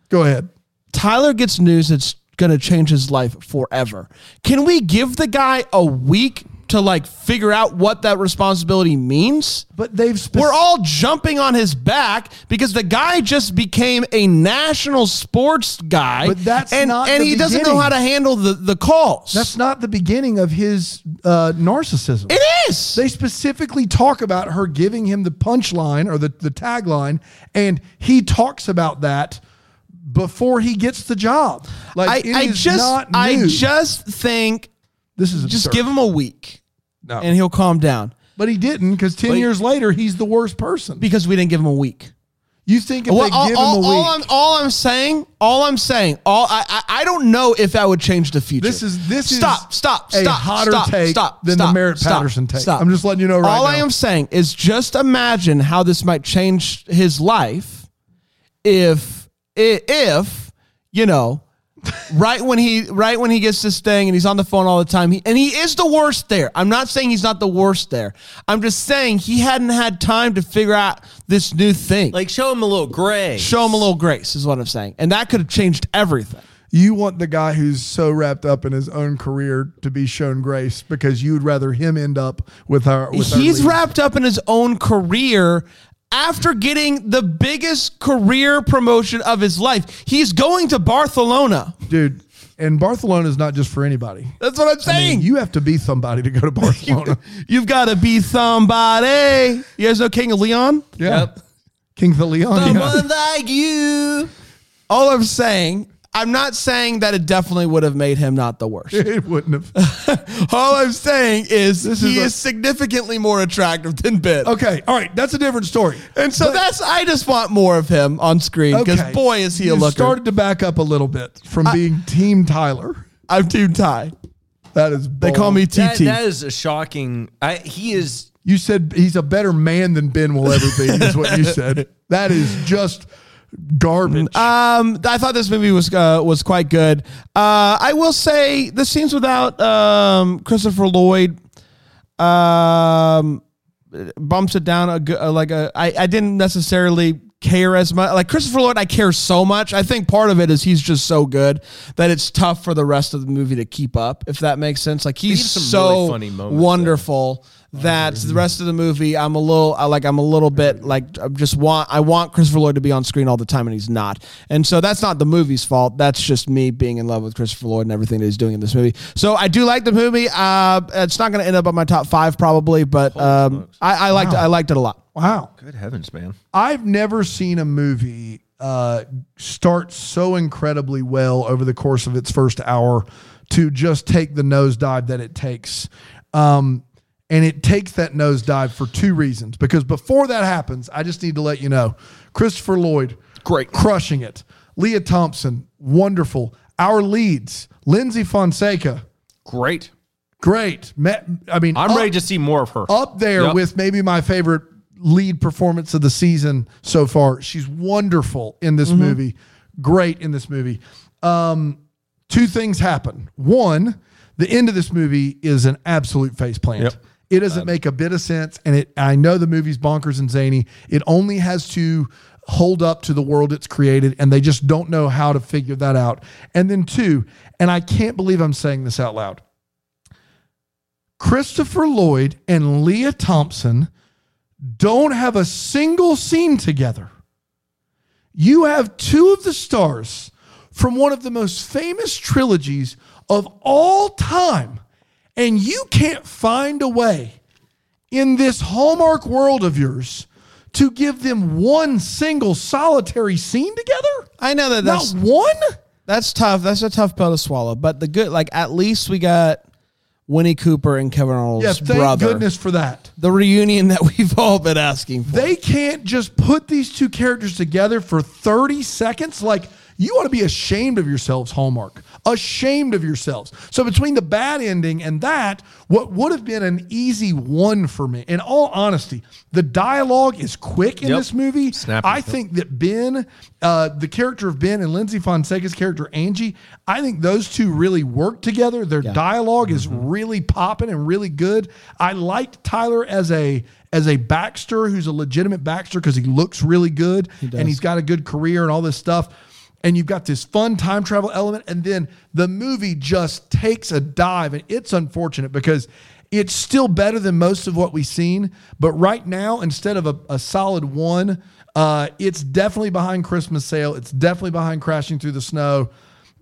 D: Go ahead.
B: Tyler gets news that's going to change his life forever. Can we give the guy a week to like figure out what that responsibility means?
D: But they've spec-
B: We're all jumping on his back because the guy just became a national sports guy.
D: But that's
B: and,
D: not
B: and
D: the
B: he doesn't know
D: beginning.
B: how to handle the, the calls.
D: That's not the beginning of his uh, narcissism.
B: it is.
D: They specifically talk about her giving him the punchline or the, the tagline, and he talks about that before he gets the job.
B: I,
D: Like it
B: I
D: is
B: just
D: not new.
B: I just think
D: this is
B: just
D: absurd.
B: give him a week
D: No.
B: and he'll calm down
D: but he didn't because ten years later he's the worst person.
B: because we didn't give him a week.
D: You think if
B: Well,
D: they
B: all,
D: give
B: all-
D: him a
B: all
D: week,
B: I'm all I'm saying, all I'm saying, all I, I I don't know if I would change the future.
D: This is- this is
B: stop stop
D: a
B: stop
D: hotter
B: stop,
D: take
B: stop,
D: than the
B: stop,
D: Merritt
B: stop,
D: Patterson take.
B: Stop.
D: I'm just letting you know right
B: all I
D: now.
B: am saying is just imagine how this might change his life if i- if you know right when he right when he gets this thing and he's on the phone all the time he, and he is the worst there i'm not saying he's not the worst there i'm just saying he hadn't had time to figure out this new thing like
C: Like show him a little gray.
B: show him a little grace is what i'm saying and that could have changed everything
D: You want the guy who's so wrapped up in his own career to be shown grace because you'd rather him end up with our. With our
B: he's
D: lead.
B: wrapped up in his own career after getting the biggest career promotion of his life he's going to barcelona
D: dude. And Barcelona is not just for anybody.
B: that's what i'm
D: I mean,
B: saying
D: you have to be somebody to go to Barcelona.
B: you, have got to be somebody you guys know king of leon
D: yeah. King the Leon. yeah.
C: Someone like you.
B: all I'm saying, I'm not saying that it definitely would have made him not the worst.
D: It wouldn't have.
B: all I'm saying is he
D: is
B: is,
D: a-
B: significantly more attractive than Ben.
D: Okay. All right. That's a different story.
B: And so that's I just want more of him on screen because
D: Okay.
B: boy is he a
D: You
B: looker.
D: started to back up a little bit from being Team Tyler.
B: I'm Team Ty.
D: That is.
B: They call
D: bold.
B: me
C: That,
B: TT.
C: that is a shocking. I, he is.
D: You said he's a better man than Ben will ever be. is what you said. That is just garbage.
B: um, I thought this movie was uh, was quite good. Uh, I will say the scenes without um, Christopher Lloyd um, bumps it down a, good- uh, like a I, I didn't necessarily care as much like Christopher Lloyd I care so much I think part of it is he's just so good that it's tough for the rest of the movie to keep up if that makes sense like he's
C: had some
B: so
C: really funny moments
B: wonderful that the rest of the movie I'm a little I like I'm a little bit like I just want I want Christopher Lloyd to be on screen all the time and he's not and so that's not the movie's fault that's just me being in love with Christopher Lloyd and everything that he's doing in this movie so I do like the movie uh it's not gonna end up on my top five probably but um I, I liked I liked it a lot
D: wow.
C: Good heavens, man.
D: I've never seen a movie uh, start so incredibly well over the course of its first hour to just take the nosedive that it takes. Um, and it takes that nosedive for two reasons. Because before that happens, I just need to let you know Christopher Lloyd,
C: Great.
D: crushing it. Leah Thompson, wonderful. Our leads, Lindsay Fonseca,
C: Great.
D: great. Ma- I mean,
C: I'm
D: up-
C: ready to see more of her.
D: up there
C: Yep.
D: with maybe my favorite lead performance of the season so far. She's wonderful in
C: Mm-hmm.
D: this movie, great in this movie. Um, two things happen. One, the end of this movie is an absolute faceplant.
C: Yep.
D: It doesn't make a bit of sense, and it. I know the movie's bonkers and zany. It only has to hold up to the world it's created, and they just don't know how to figure that out. And then two, and I can't believe I'm saying this out loud. Christopher Lloyd and Leah Thompson don't have a single scene together. You have two of the stars from one of the most famous trilogies of all time, and you can't find a way in this Hallmark world of yours to give them one single solitary scene together?
B: I know that
D: Not
B: that's
D: one?
B: that's tough that's a tough pill to swallow but the good like at least we got Winnie Cooper and Kevin Arnold's
D: Yeah, thank
B: brother
D: goodness for that.
B: the reunion that we've all been asking for
D: They can't just put these two characters together for 30 seconds. Like, you ought to be ashamed of yourselves, Hallmark. Ashamed of yourselves. So, between the bad ending and that, what would have been an easy one for me, in all honesty, the dialogue is quick in
C: Yep.
D: this movie.
C: Snappy.
D: I think that Ben, uh, the character of Ben and Lindsay Fonseca's character, Angie, I think those two really work together. Their dialog is really popping and really good. I liked Tyler as a as a Baxter who's a legitimate Baxter because he looks really good and he's got a good career and all this stuff. And you've got this fun time travel element, and then the movie just takes a dive, and it's unfortunate because it's still better than most of what we've seen. But right now, instead of a, a solid one, uh, it's definitely behind Christmas Sale. It's definitely behind Crashing Through the Snow.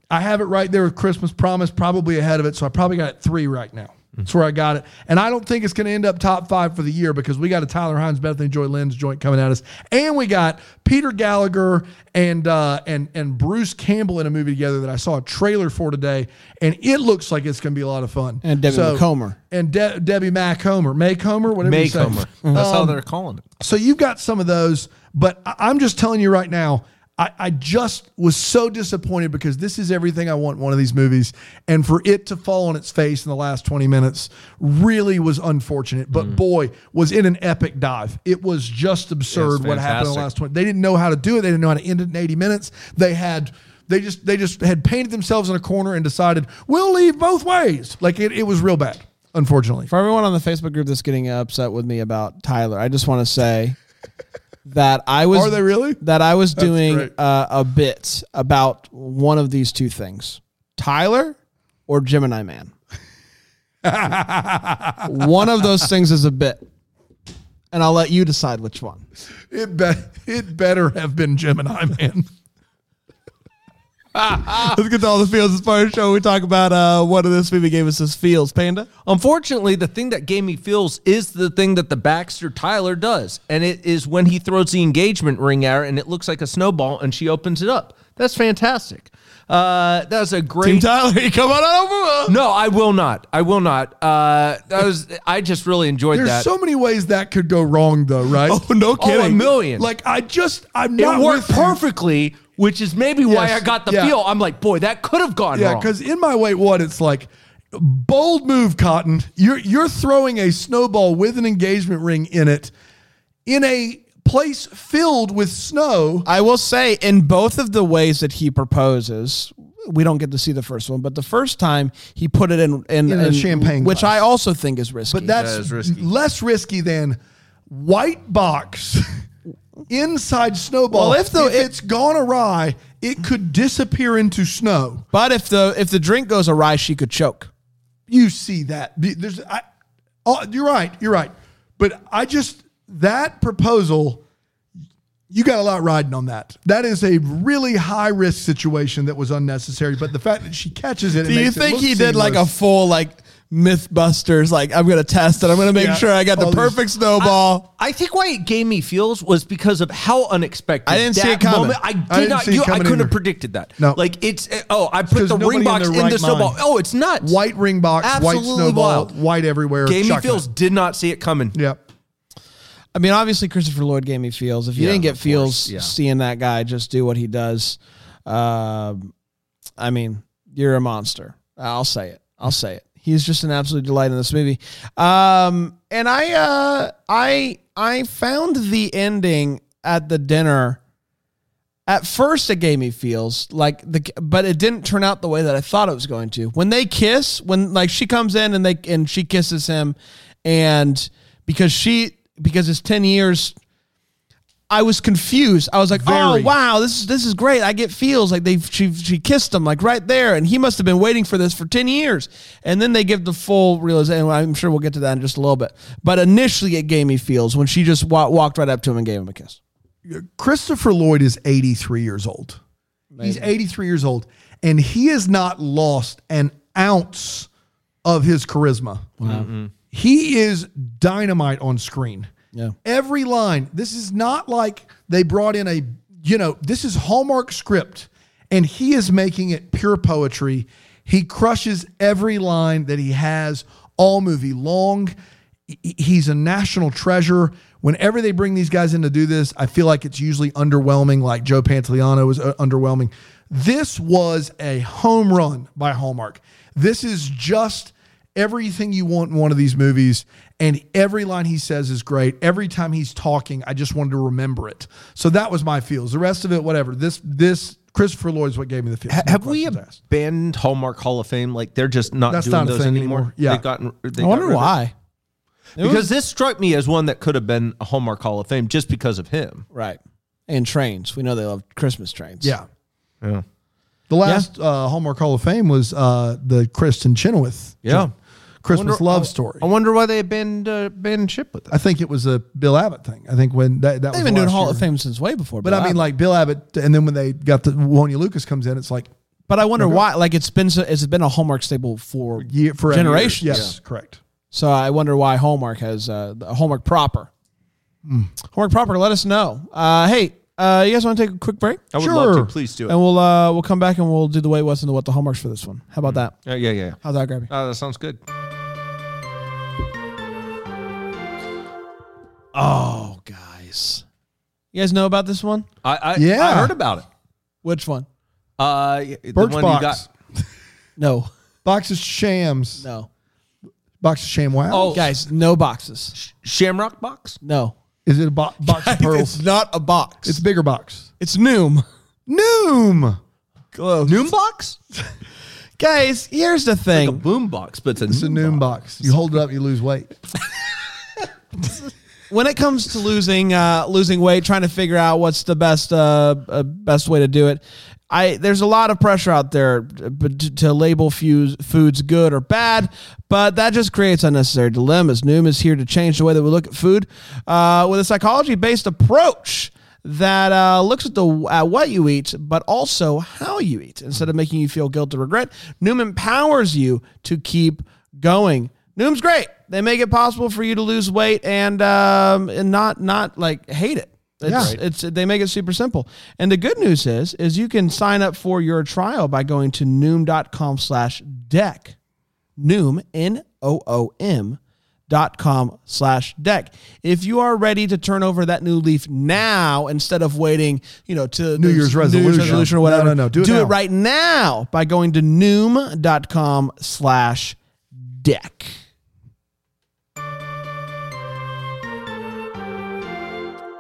D: I have it right there with Christmas Promise, probably ahead of it. So I probably got it three right now. That's where I got it. And I don't think it's going to end up top five for the year because we got a Tyler Hines, Bethany Joy Lynn's joint coming at us. And we got Peter Gallagher and uh, and and Bruce Campbell in a movie together that I saw a trailer for today. And it looks like it's going to be a lot of fun.
B: And Debbie McComber.
D: And De- Debbie Mac Homer. May Homer, whatever you
C: May
D: say.
C: Comer. That's how they're calling it.
D: So you've got some of those, but I- I'm just telling you right now, I, I just was so disappointed because this is everything I want in one of these movies. And for it to fall on its face in the last 20 minutes really was unfortunate. But boy, was it an epic dive. It was just absurd what happened in the
C: fantastic.
D: last 20. They didn't know how to do it. They didn't know how to end it in 80 minutes. They had They just they just had painted themselves in a corner and decided we'll leave both ways. Like it, it was real bad, unfortunately.
B: For everyone on the Facebook group that's getting upset with me about Tyler, I just want to say that I was
D: Are they really?
B: that I was doing
D: great.
B: uh, a bit about one of these two things, Tyler or Gemini Man. one of those things is a bit, and I'll let you decide which one.
D: It be- it better have been Gemini man.
B: Let's get to all the feels. As part of the show, we talk about uh, what of this movie gave us as feels, Panda.
C: Unfortunately, the thing that gave me feels is the thing that the Baxter Tyler does, and it is when he throws the engagement ring at her, and it looks like a snowball, and she opens it up. That's fantastic. Uh, that's a great.
B: Tyler, you come on over.
C: no, I will not. I will not. Uh, that was. I just really enjoyed
D: There's
C: that.
D: so many ways that could go wrong though, right? Oh no
C: Oh, a kidding. million.
D: Like I just I'm
C: it
D: not
C: worked
D: with you.
C: perfectly, which is maybe why
D: Yes,
C: I got the
D: yeah.
C: feel. I'm like, boy, that could have gone
D: Yeah,
C: wrong.
D: because in my way, what it's like, bold move, Cotton. You're you're throwing a snowball with an engagement ring in it, in a place filled with snow.
B: I will say, in both of the ways that he proposes, we don't get to see the first one, but the first time he put it in in,
D: In a champagne
B: which
D: glass.
B: I also think is risky.
D: But that's less risky than white box inside snowball.
B: Well, if the- it-
D: it's gone awry, it could disappear into snow.
B: but if the if the drink goes awry, she could choke.
D: You see that? There's I. Oh, you're right. You're right. But I just that proposal. you got a lot riding on that. That is a really high risk situation that was unnecessary. But the fact that she catches it,
B: Do you think he did like a full like MythBusters? Like I'm gonna test it. I'm gonna make
D: Yeah.
B: sure I got the
D: All these-
B: perfect snowball.
C: I think why it gave me feels was because of how unexpected.
B: I didn't see
C: that
B: it coming.
C: moment- I did
D: I didn't
C: not.
D: see it
C: You, I
D: coming
C: couldn't
D: either.
C: have predicted that.
D: No.
C: like it's oh, I put
D: 'cause
C: the
D: nobody
C: ring
D: in
C: box in,
D: their right
C: the snowball.
D: mind.
C: Oh, it's nuts.
D: white ring box, white
C: Absolutely
D: snowball,
C: wild.
D: white everywhere?
C: Gave me
D: chucking
C: feels.
D: it.
C: Did not see it coming.
D: Yep.
B: I mean, obviously Christopher Lloyd gave me feels. If you
C: Yeah,
B: didn't get
C: of course,
B: feels
C: yeah.
B: seeing that guy just do what he does, um, I mean, you're a monster. I'll say it. I'll say it. He's just an absolute delight in this movie. Um, and I, uh, I, I found the ending at the dinner. At first, it gave me feels like the, but it didn't turn out the way that I thought it was going to. When they kiss, when like she comes in and they and she kisses him, and because she because it's ten years, I was confused. I was like, oh
D: Very.
B: wow, this is this is great. I get feels like they she she kissed him like right there, and he must have been waiting for this for ten years. And then they give the full realization. I'm sure we'll get to that in just a little bit. But initially, it gave me feels when she just wa- walked right up to him and gave him a kiss.
D: Christopher Lloyd is 83 years old. He's 83 years old, and he has not lost an ounce of his charisma. He is dynamite on screen.
B: Yeah.
D: Every line. This is not like they brought in a, you know, this is Hallmark script, and he is making it pure poetry. He crushes every line that he has all movie long. He- He's a national treasure. Whenever they bring these guys in to do this, I feel like it's usually underwhelming, like Joe Pantoliano was uh, underwhelming. This was a home run by Hallmark. This is just everything you want in one of these movies and every line he says is great every time he's talking i just wanted to remember it so that was my feels the rest of it whatever this this christopher lloyd's what gave me the feels No
C: Have we
D: questions asked.
C: abandoned Hallmark Hall of Fame? Like they're just not
D: That's
C: doing
D: not a
C: those
D: thing
C: anymore.
D: anymore. Yeah.
C: They've gotten. They
B: I wonder why.
C: Because this struck me as one that could have been a Hallmark Hall of Fame just because of him.
B: Right. And trains. We know they love Christmas trains.
D: yeah the last uh, hallmark hall of fame was uh, the kristen chenoweth
C: Yeah.
D: christmas
C: Wonder-
D: love
C: I-
D: story
C: I wonder why they abandoned uh, abandoned ship with
D: i think it was a bill abbott thing i think when that, that
B: They've
D: was
B: been doing
D: last
B: Hall
D: year.
B: of Fame since way before.
D: but i mean like bill abbott and then when they got the Wonya lucas comes in it's like
B: but I wonder why. Like, it's been so, it's been a Hallmark staple for
D: year for
B: generations.
D: yes correct
B: So I wonder why Hallmark has uh, the Hallmark proper.
D: Hmm.
B: Hallmark proper. Let us know. Uh, hey, uh, you guys want to take a quick break?
C: I would love to.
D: Sure.
C: Please do it.
B: And we'll uh, we'll come back and we'll do the way what's and the what the Hallmarks for this one. How about
D: Hmm.
B: that?
C: Uh, Yeah, yeah, yeah.
B: How's that, Grabby?
C: Oh, that sounds good.
B: Oh, guys, you guys know about this one?
C: I, I
D: Yeah.
C: I heard about it.
B: Which one?
C: Uh, the
D: birch
C: one
D: box
C: you got.
B: No,
D: box of shams
B: no,
D: box of sham wow
C: Oh,
B: guys, no boxes.
C: Shamrock box.
B: No,
D: Is it a bo- box of pearls?
B: not a box.
D: It's a bigger box.
B: It's Noom.
D: Noom. Close.
C: Noombox?
B: Guys, here's the
C: A
B: thing.
C: boombox, but it's a,
D: It's a noom box. You hold it up, you lose weight.
B: When it comes to losing uh, losing weight, trying to figure out what's the best uh, uh, best way to do it, I there's a lot of pressure out there but to, to label fuse, foods good or bad, but that just creates unnecessary dilemmas. Noom is here to change the way that we look at food uh, with a psychology based approach. that uh, looks at the at what you eat, but also how you eat. Instead of making you feel guilt or regret, Noom empowers you to keep going. Noom's great. They make it possible for you to lose weight and um, and not not like hate it. It's, it's they make it super simple. And the good news is is you can sign up for your trial by going to noom.com slash deck. Noom, N O O M dot com slash deck. If you are ready to turn over that new leaf now instead of waiting, you know, to
D: New Year's resolution.
B: or
D: No,
B: whatever.
D: no, no, do it now.
B: right now by going to noom.com slash deck.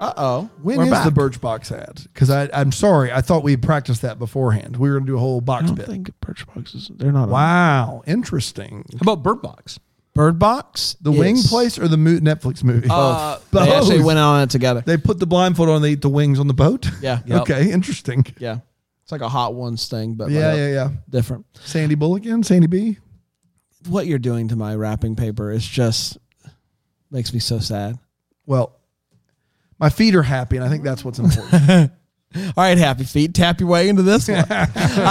B: Uh oh.
D: When is the Birchbox ad? Because I'm sorry, I thought we had practiced that beforehand. We were going to do a whole box
B: I don't
D: bit.
B: think Birchbox is they're not wow.
D: wow, interesting.
C: How about Bird Box?
B: Bird Box.
D: The
B: is-
D: Wing Place or the mo- Netflix movie?
C: Uh,
B: They actually
D: Both.
B: went on it together.
D: They put the blindfold on. They eat the wings on the boat.
B: Yeah.
D: Okay, interesting.
B: Yeah. It's like a hot ones thing, but
D: Yeah,
B: like
D: yeah, yeah.
B: different.
D: Sandy Bull again. Sandy B.
B: What you're doing to my wrapping paper is just makes me so sad.
D: Well, my feet are happy, and I think that's what's important.
B: All right, happy feet, tap your way into this one. uh,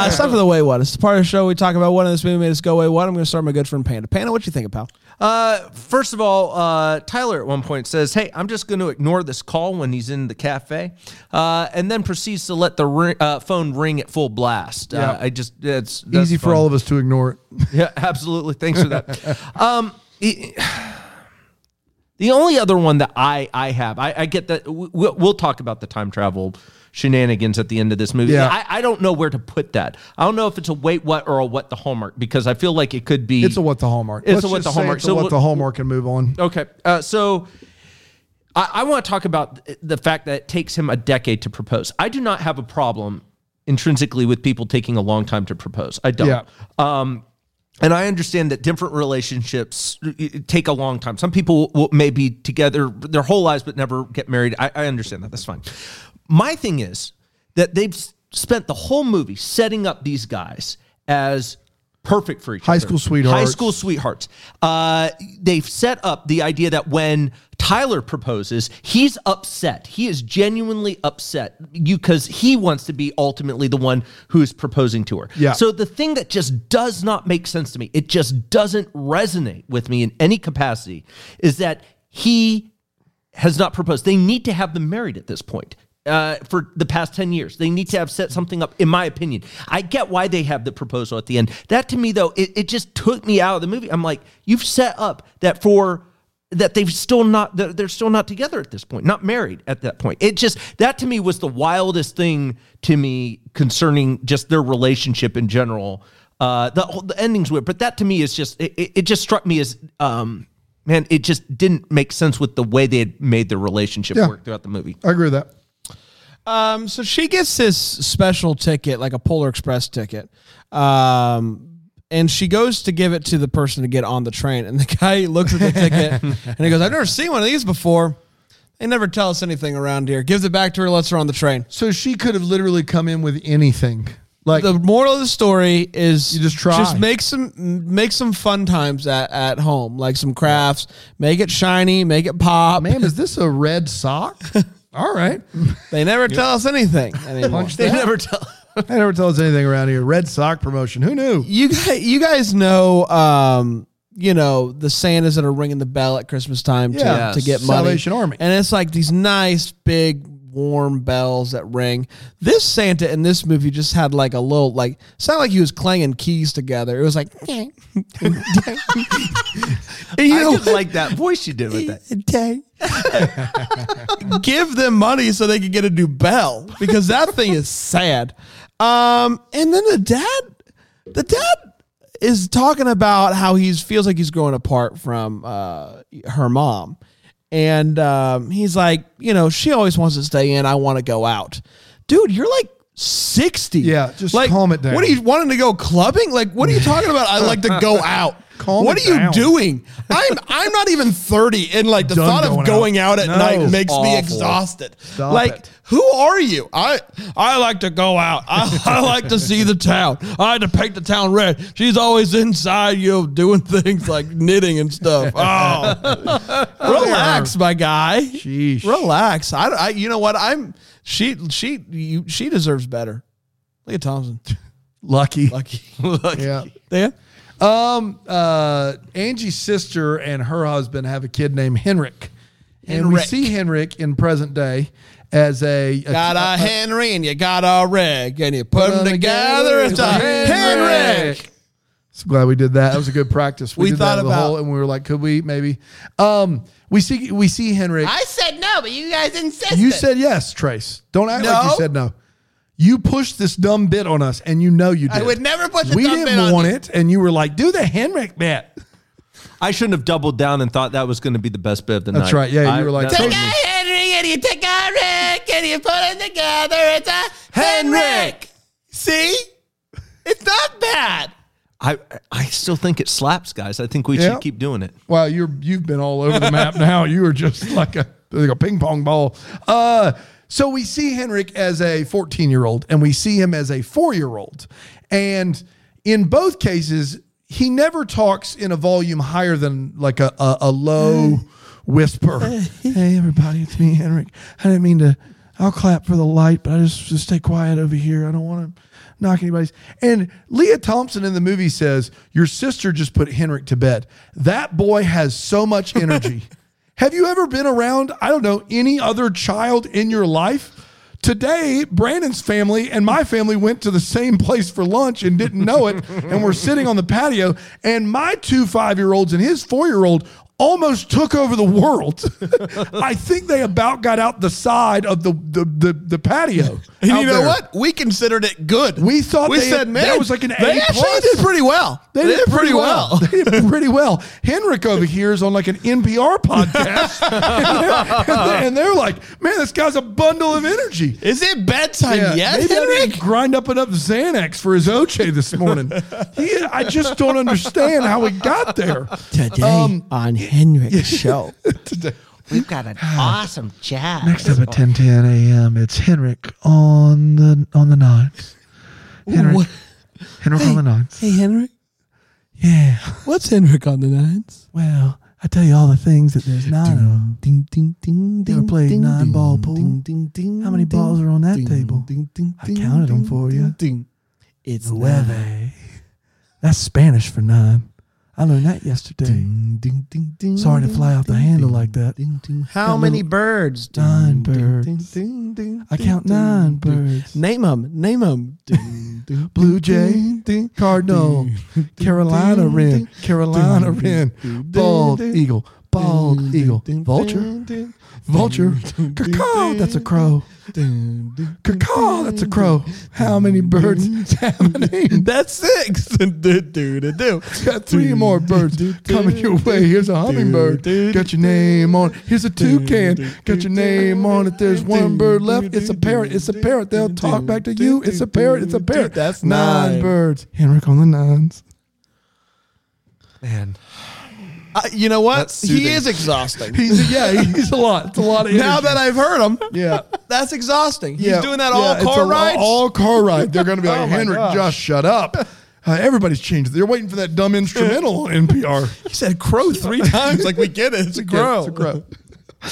B: it's time for the way what. It's the part of the show we talk about what in this movie made us go way what. I'm going to start with my good friend Panda. Panda, what you think, pal?
C: Uh, first of all, uh, Tyler at one point says, "Hey, I'm just going to ignore this call when he's in the cafe," uh, and then proceeds to let the ring, uh, phone ring at full blast. Uh,
D: Yeah.
C: I just it's that's
D: Easy for
C: fun.
D: all of us to ignore it.
C: Yeah, absolutely. Thanks for that. um, it- the only other one that I I have, I, I get that we, we'll we'll talk about the time travel shenanigans at the end of this movie.
D: Yeah.
C: I, I don't know where to put that. I don't know if it's a wait what or a what the hallmark because I feel like it could be
D: It's a what the hallmark.
C: It's
D: Let's
C: a what
D: just
C: the
D: say
C: hallmark.
D: It's a
C: So
D: what
C: we'll-
D: the hallmark and move on.
C: Okay. Uh, so I, I want to talk about th- the fact that it takes him a decade to propose. I do not have a problem intrinsically with people taking a long time to propose. I don't.
D: Yeah.
C: Um, and I understand that different relationships uh, take a long time. Some people will, may be together their whole lives but never get married. I, I understand that. That's fine. My thing is that they've s- spent the whole movie setting up these guys as perfect for each
D: High
C: other.
D: school sweethearts.
C: High school sweethearts. Uh, they've set up the idea that when Tyler proposes, he's upset. He is genuinely upset you because he wants to be ultimately the one who is proposing to her.
D: Yeah.
C: So the thing that just does not make sense to me, it just doesn't resonate with me in any capacity, is that he has not proposed. They need to have them married at this point. Uh, for the past 10 years, they need to have set something up, in my opinion. I get why they have the proposal at the end. That to me, though, it, it just took me out of the movie. I'm like, you've set up that for that they've still not that they're still not together at this point not married at that point it just that to me was the wildest thing to me concerning just their relationship in general uh the whole- the endings were but that to me is just it, it it just struck me as um man it just didn't make sense with the way they had made their relationship
D: Yeah.
C: work throughout the movie
D: I agree with that.
B: Um, so she gets this special ticket, like a Polar Express ticket. Um, and she goes to give it to the person to get on the train. And the guy looks at the ticket and he goes, I've never seen one of these before. They never tell us anything around here. Gives it back to her, lets her on the train.
D: So she could have literally come in with anything. Like
B: The moral of the story is
D: You just try.
B: Just make some make some fun times at, at home, like some crafts. Make it shiny, make it pop.
D: Ma'am, is this a red sock? All right.
B: They never tell us anything anymore.
D: Punch that.
C: never tell
D: They never tell us anything around here. Red sock promotion. Who knew?
B: you guys, you guys know um you know the santas that are ringing the bell at christmas time to,
D: Yeah.
B: to get money
D: Salvation Army.
B: and it's like these nice big warm bells that ring this santa in this movie just had like a little like sounded like he was clanging keys together it was like dang, dang.
C: i just like that voice you did with that
B: dang. give them money so they can get a new bell because that thing is sad. Um, and then the dad, the dad is talking about how he feels like he's growing apart from uh, her mom, and um, he's like, you know, she always wants to stay in. I want to go out, dude. You're like 60.
D: Yeah, just
B: like,
D: calm it down.
B: What are you wanting to go clubbing? Like, what are you talking about? I like to go out.
D: Calm
B: what
D: it
B: are you
D: down.
B: doing? I'm I'm not even 30, and like the
D: Done
B: thought of
D: going
B: going out,
D: out.
B: at
D: No.
B: night makes me
C: Awful.
B: exhausted.
D: Stop
B: like,
D: it.
B: who are you? I I like to go out. I, I like to see the town. I like to paint the town red. She's always inside, you know, doing things like knitting and stuff. Oh, relax, my guy.
D: Sheesh.
B: Relax. I, I you know what? I'm she she you, she deserves better. Look at Thompson.
D: Lucky.
B: Lucky.
D: Yeah.
B: Dan?
D: Um, uh, Angie's sister and her husband have a kid named Henrik. And we
B: Henrik.
D: see Henrik in present day as a, a-
B: Got a Henry and you got a Rick and you Uh, put them
D: Put 'em
B: together. It's a Henry.
D: So glad we did that. That was a good practice. We,
B: We
D: did
B: thought
D: that the
B: about-
D: whole, and we were like, could we maybe? Um, we see we see Henrik.
A: I said no, but you guys insisted.
D: you said yes, Trace. Don't act like
B: No.
D: you said no. You pushed this dumb bit on us, and you know you did.
A: I would never put the
D: we
A: thumb in
D: didn't
A: on
D: want
A: you.
D: it, and you were like, "Do the Henrik bit."
C: I shouldn't have doubled down and thought that was going to be the best bit of the night.
D: That's right. Yeah, you
C: I-
D: were like,
C: that-
A: Take a
D: Totally.
A: Henry and you take a Rick and you put them together. It's a Henrik. See? It's not bad.
C: I I still think it slaps, guys. I think we
D: Yeah.
C: should keep doing it.
D: Wow, you're you've been all over the map now. You were just like a like a ping pong ball. Uh, so we see Henrik as a 14 year old, and we see him as a four year old, and in both cases, he never talks in a volume higher than like a a, a low whisper. hey everybody, it's me, Henrik. I didn't mean to. I'll clap for the light, but I just, just stay quiet over here. I don't want to knock anybody's. And Leah Thompson in the movie says, Your sister just put Henrik to bed. That boy has so much energy. Have you ever been around, I don't know, any other child in your life? Today, Brandon's family and my family went to the same place for lunch and didn't know it. and we're sitting on the patio, and my two five year olds and his four year old almost took over the world. I think they about got out the side of the, the, the, the patio.
B: And
D: out
B: you know
D: there.
B: what? We considered it good.
D: We thought
B: we
D: they-
B: said, man,
D: that was like an
B: They
D: A
B: actually
D: plus.
B: did pretty well.
D: They, did, pretty well. They did pretty well. Henrik over here is on like an NPR podcast, and, they're, and they're like, "Man, this guy's a bundle of energy."
B: Is it bedtime yet,
D: maybe I need
B: Henrik?
D: to grind up enough Xanax for his Oche this morning. he, I just don't understand how we got there.
B: Today on Henrik's show.
A: We've got an
B: Ah.
A: awesome job.
D: Next up at ten ten a.m. It's Henrik on the on the ninth. Henrik, Henrik on the ninth.
B: Hey, Henrik.
D: Yeah.
B: What's Henrik on the nines?
D: Well, I tell you all the things that there's nine of.
B: Ding, ding, ding,
D: You ever played nine ball pool?
B: ding, ding.
D: How many balls are on that table? I counted 'em for you.
B: Ding. It's
D: Nueve. That's Spanish for nine. I learned that yesterday.
B: Ding, ding, ding, ding,
D: Sorry to
B: ding,
D: fly off the
B: ding,
D: handle
B: ding,
D: like that.
B: Ding, ding.
A: How
D: Got
A: many
D: little-
A: birds?
B: Ding,
D: Nine
B: ding,
D: birds.
B: ding, ding,
D: I
B: ding,
D: count
B: ding,
D: nine
B: ding.
D: birds.
B: Name them. Name them. Ding, ding,
D: Blue
B: ding,
D: Jay,
B: ding,
D: Cardinal, Carolina
B: ding,
D: Wren,
B: ding,
D: Carolina
B: ding,
D: Wren,
B: ding, ding,
D: bald
B: ding,
D: eagle,
B: ding,
D: bald
B: ding,
D: eagle,
B: ding,
D: vulture,
B: ding, ding,
D: vulture,
B: ding, ding,
D: caw, that's a crow,
B: ding, ding, ding,
D: caw, that's a
B: ding,
D: crow. How many birds? How many?
B: ding. That's six. Do, do, do, do.
D: Got three more birds coming your way. Here's a hummingbird. Got your name on. it. Here's a toucan. Got your name on it. There's one bird left. It's a parrot. It's a parrot. They'll talk back to you. It's a parrot. It's a parrot.
B: Dude, that's nine.
D: birds. Henrik on the nines.
C: Man,
B: Uh, you know what?
C: That's
B: He
C: soothing.
B: is exhausting.
D: He's yeah. He's a lot. It's a lot of energy.
B: now that I've heard him,
D: yeah.
B: that's exhausting. He's
D: Yeah,
B: doing that
D: yeah,
B: all
D: it's
B: car
D: a-
B: rides.
D: All car ride. They're going to be like,
B: Oh my
D: Henrik,
B: gosh.
D: just shut up. Uh, everybody's changed. They're waiting for that dumb instrumental on NPR.
B: he said crow three times. Like we get it. It's a crow.
D: It's a crow.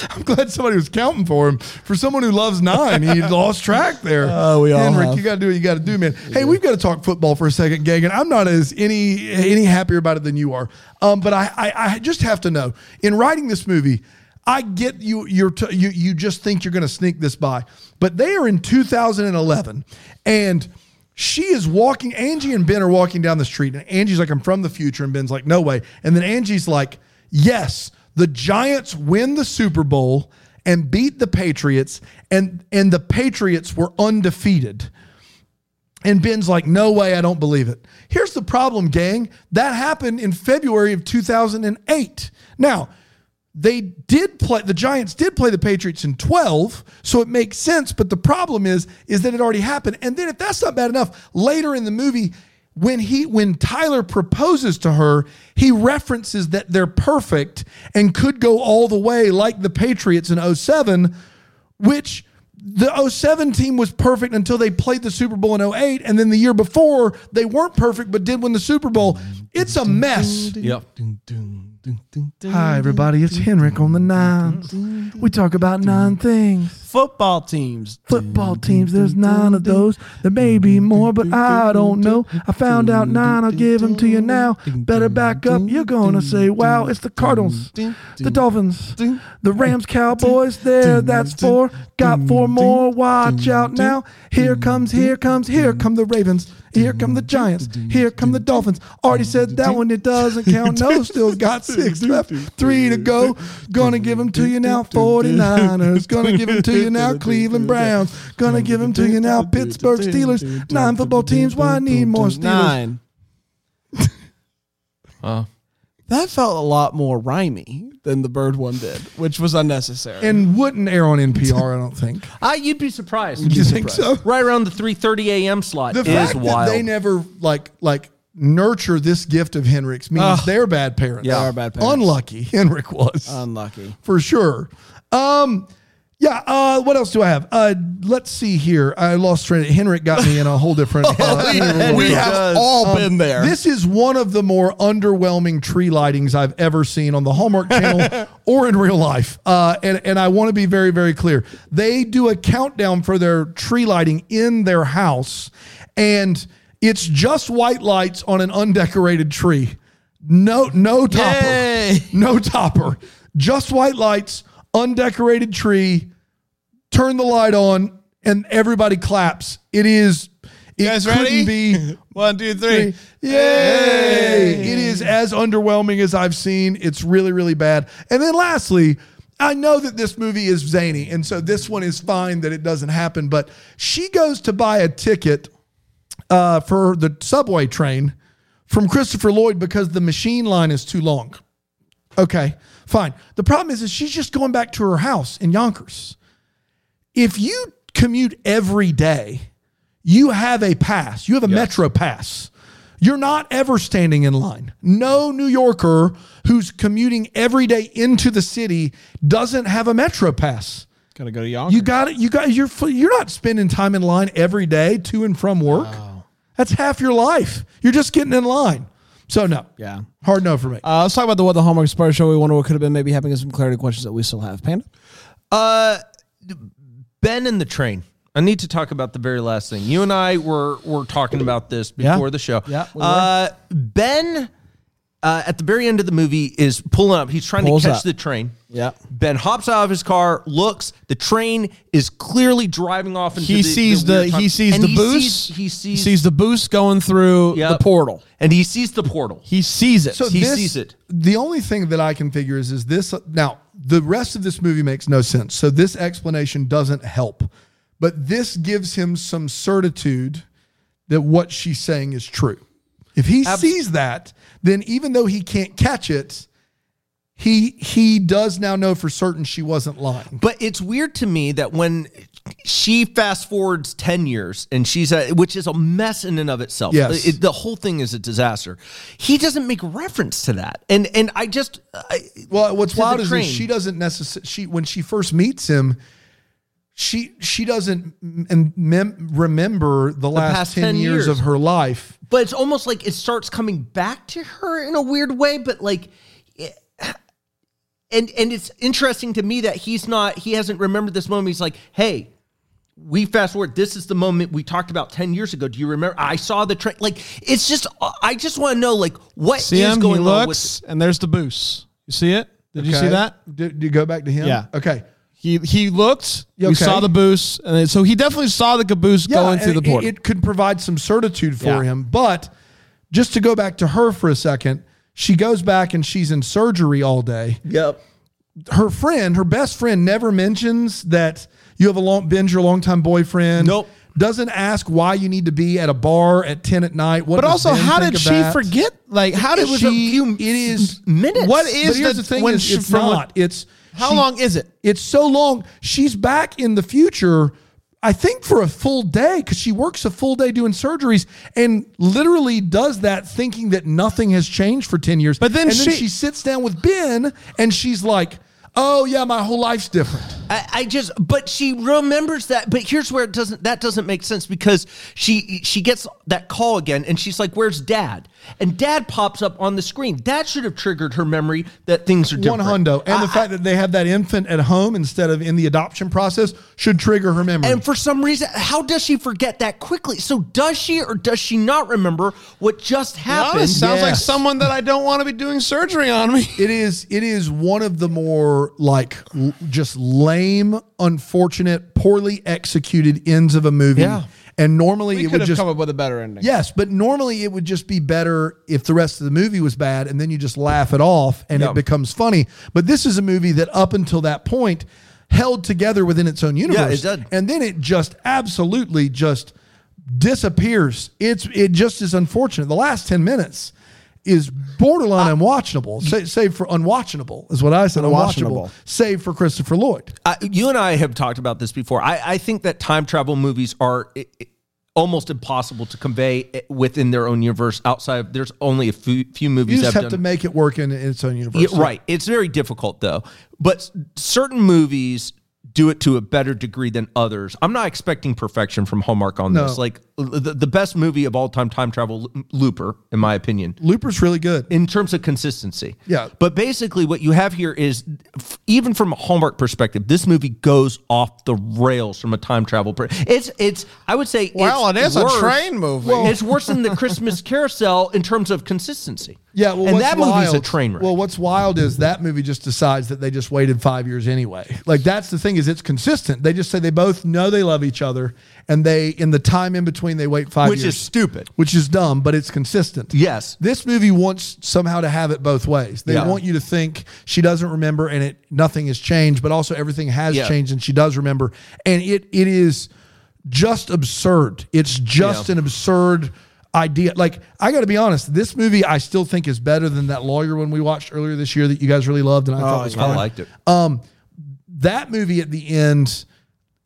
D: I'm glad somebody was counting for him. For someone who loves nine, he lost track there.
B: Oh, we all
D: Henrik,
B: have.
D: you got to do what you got to do, man. Hey, we've got to talk football for a second, Gagan. I'm not as any any happier about it than you are, um, but I, I I just have to know in writing this movie. I get you. You're t- you. You just think you're going to sneak this by, but they are in 2011, and she is walking. Angie and Ben are walking down the street, and Angie's like, "I'm from the future," and Ben's like, "No way." And then Angie's like, "Yes, the Giants win the Super Bowl and beat the Patriots, and and the Patriots were undefeated." And Ben's like, "No way, I don't believe it." Here's the problem, gang. That happened in February of 2008. Now, They did play the Giants did play the Patriots in 12, so it makes sense, but the problem is is that it already happened. And then if that's not bad enough, later in the movie when he when Tyler proposes to her, he references that they're perfect and could go all the way like the Patriots in 07, which the 07 team was perfect until they played the Super Bowl in 08 and then the year before they weren't perfect but did win the Super Bowl. It's a mess.
C: Yep.
D: Hi, everybody. It's Henrik on the nines. We talk about nine things.
F: Football teams.
D: Football teams, there's nine of those. There may be more, but I don't know. I found out nine. I'll give them to you now. Better back up. You're going to say, wow, it's the Cardinals, the Dolphins, the Rams, Cowboys. There, that's four. Got four more. Watch out now. Here comes, here comes, here come the Ravens. Here come the Giants. Here come the Dolphins. Already said that one. It doesn't count. No, still got six left. Three to go. Gonna give them to you now, 49ers. Gonna give them to you now, Cleveland Browns. Gonna give them to you now, Pittsburgh Steelers. Nine football teams. Why I need more Steelers?
F: Nine. That felt a lot more rhymey than the bird one did, which was unnecessary.
D: And wouldn't air on NPR, I don't think.
C: I, Uh, you'd be surprised.
D: You think so?
C: Right around the 3:30 a.m. slot
D: The
C: is
D: fact
C: wild.
D: that they never like like nurture this gift of Henrik's means they're bad parents.
F: They are bad parents. Um,
D: Unlucky Henrik was.
F: Unlucky.
D: for sure. Um, yeah. Uh, what else do I have? Uh, let's see here. I lost train. Henrik got me in a whole different. uh,
F: we have all been there.
D: Um, this is one of the more underwhelming tree lightings I've ever seen on the Hallmark Channel or in real life. Uh, and, and I want to be very, very clear. They do a countdown for their tree lighting in their house, and it's just white lights on an undecorated tree. No, no topper.
F: Yay.
D: No topper. Just white lights, undecorated tree. Turn the light on, and everybody claps. It is. It
B: guys
D: couldn't
B: ready?
D: be
B: One, two, three.
D: Yay! It is as underwhelming as I've seen. It's really, really bad. And then lastly, I know that this movie is zany, and so this one is fine that it doesn't happen, but she goes to buy a ticket uh, for the subway train from Christopher Lloyd because the machine line is too long. Okay, fine. The problem is, is she's just going back to her house in Yonkers. If you commute every day, you have a pass. You have a metro pass. You're not ever standing in line. No New Yorker who's commuting every day into the city doesn't have a metro pass.
F: Gotta go to Yonkers.
D: You got it. You got you're fl- you're not spending time in line every day to and from work. That's half your life. You're just getting in line. So no.
F: Yeah.
D: Hard no for me.
F: Uh, let's talk about the What the Hallmark Star Show. We wonder what could have been, maybe having some clarity questions that we still have. Panda?
C: Uh, ben and the train. I need to talk about the very last thing. You and I were were talking about this before the show.
F: Yeah, we were.
C: uh, Ben uh, at the very end of the movie is pulling up. He's trying
F: Pulls
C: to catch
F: up.
C: the train.
F: Yeah.
C: Ben hops out of his car, looks. The train is clearly driving off. Into
F: He
C: the,
F: sees
C: the,
F: the,
C: weird time-
F: he sees
C: and
F: the
C: he
F: boost.
C: Sees, he
F: he
C: sees,
F: sees the boost going through
C: Yep.
F: the portal.
C: and he sees the portal.
F: He sees it.
D: So
C: He
D: this-
C: sees it.
D: The only thing that I can figure is is this now the rest of this movie makes no sense. So this explanation doesn't help. But this gives him some certitude that what she's saying is true. If he sees that, then even though he can't catch it, he he does now know for certain she wasn't lying.
C: But it's weird to me that when she fast forwards 10 years and she's a, which is a mess in and of itself.
D: Yes.
C: It- the whole thing is a disaster. He doesn't make reference to that. And and I just I,
D: Well, what's
C: to the
D: wild is,
C: train.
D: is she doesn't necessarily she when she first meets him, she she doesn't m- m- mem- remember the last
C: past
D: ten,
C: 10
D: years
C: years.
D: of her life.
C: but it's almost like it starts coming back to her in a weird way but like it- and and it's interesting to me that he's not he hasn't remembered this moment he's like hey we fast forward this is the moment we talked about 10 years ago do you remember i saw the train like it's just i just want to know like what is
F: see him.
C: going
F: he
C: on with
F: looks, and there's the boost. You see it? Did you see
D: Okay.
F: that?
D: Did, did you go back to him?
F: Yeah.
D: Okay.
F: He he looked.
D: You
F: We
D: okay?
F: saw the boost, and then, so he definitely saw the caboose going
D: and
F: through the
D: it-
F: portal.
D: It, could provide some certitude for
F: Yeah.
D: him. But just to go back to her for a second, she goes back and she's in surgery all day.
C: yep
D: Her friend, her best friend, never mentions that you have a long been your longtime boyfriend.
C: Nope.
D: doesn't ask why you need to be at a bar at ten at night. What
B: But
D: does
B: also,
D: Ben
B: how
D: think
B: did
D: of
B: she
D: that?
B: forget? Like, how did was a
D: She-
B: few
D: it is
C: minutes.
B: What
D: But
B: is
D: here's
B: the,
D: the thing:
B: When
D: is,
B: she,
D: it's
B: from-
D: not. It's
B: How
D: she-
B: long is it?
D: It's so long. She's back in the future, I think, for a full day because she works a full day doing surgeries and literally does that thinking that nothing has changed for 10 years.
B: But then
D: and
B: she-
D: she sits down with Ben and she's like, oh, yeah, my whole life's different.
C: I, I just but she remembers that but here's where it doesn't that doesn't make sense because she she gets that call again and she's like where's dad and dad pops up on the screen that should have triggered her memory that things are
D: One
C: different
D: hundo. And the fact that they have that infant at home instead of in the adoption process should trigger her memory.
C: and for some reason how does she forget that quickly so does she or does she not remember what just happened
G: Honest, sounds like
D: Yes.
G: someone that I don't want to be doing surgery on me.
D: It is it is one of the more like l- just lame, unfortunate, poorly executed ends of a movie.
B: Yeah.
D: And normally
B: We
D: it
B: could
D: would
B: have
D: just
B: come up with a better ending.
D: yes, but normally it would just be better if the rest of the movie was bad, and then you just laugh it off and it becomes funny. But this is a movie that up until that point held together within its own universe.
C: it did.
D: And then it just absolutely just disappears. It's it just is unfortunate. The last ten minutes is borderline unwatchable, sa- save for unwatchable is what I said. Unwatchable,
B: Unwatchable.
D: save for Christopher Lloyd.
C: I, you and I have talked about this before. I, I think that time travel movies are i i- almost impossible to convey i- within their own universe. Outside, of, there's only a few, few movies.
D: You just
C: I've
D: have to
C: done.
D: make it work in its own universe,
C: Yeah, right. It's very difficult though. But s- certain movies do it to a better degree than others. I'm not expecting perfection from Hallmark on this. Like l- the, the best movie of all time, time travel, L- Looper, in my opinion
D: Looper's really good.
C: in terms of consistency.
D: Yeah.
C: But basically, what you have here is, f- even from a Hallmark perspective, this movie goes off the rails from a time travel. Per- it's it's. I would say.
G: Well,
C: it's
G: it is a
C: worse-
G: train movie.
C: it's worse than the Christmas Carousel in terms of consistency.
D: Yeah, well,
C: and
D: what's
C: that
D: wild,
C: movie's a train wreck.
D: Well, what's wild is that movie just decides that they just waited five years anyway. Like that's the thing is it's consistent. They just say they both know they love each other, and they in the time in between they wait five
C: Which is
D: years,
C: stupid.
D: which is dumb, but it's consistent.
C: Yes.
D: this movie wants somehow to have it both ways. They
C: Yeah.
D: want you to think she doesn't remember and it nothing has changed, but also everything has
C: Yeah.
D: changed and she does remember, and it it is just absurd. It's just
C: Yeah.
D: an absurd idea. Like, I got to be honest, this movie I still think is better than that lawyer one we watched earlier this year that you guys really loved and I thought was
C: Oh, I
D: fun.
C: liked it.
D: That movie at the end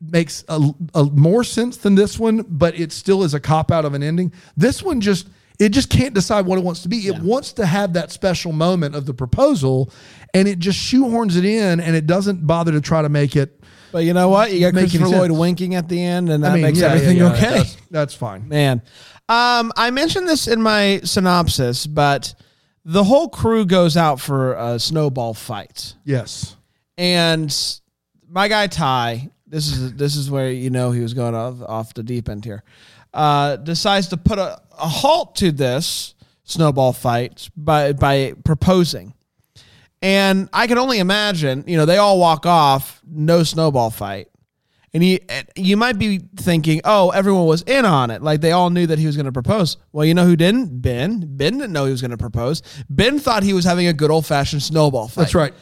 D: makes a, a more sense than this one, but it still is a cop out of an ending. This one just it just can't decide what it wants to be. It wants to have that special moment of the proposal, and it just shoehorns it in, and it doesn't bother to try to make it.
B: But you know what? You got
D: Make any
B: Christopher Lloyd
D: sense.
B: winking at the end, and that
D: I mean,
B: makes
D: yeah, yeah,
B: everything
D: yeah,
B: okay.
D: That's, that's fine.
B: Man, um, I mentioned this in my synopsis, but the whole crew goes out for a snowball fight,
D: Yes.
B: and my guy Ty. This is this is where you know he was going off off the deep end here. Uh, decides to put a, a halt to this snowball fight by by proposing. And I can only imagine, you know, they all walk off, no snowball fight. And he, and you might be thinking, oh, everyone was in on it. Like they all knew that he was going to propose. Well, you know who didn't? Ben. Ben didn't know he was going to propose. Ben thought he was having a good old fashioned snowball fight.
D: That's right.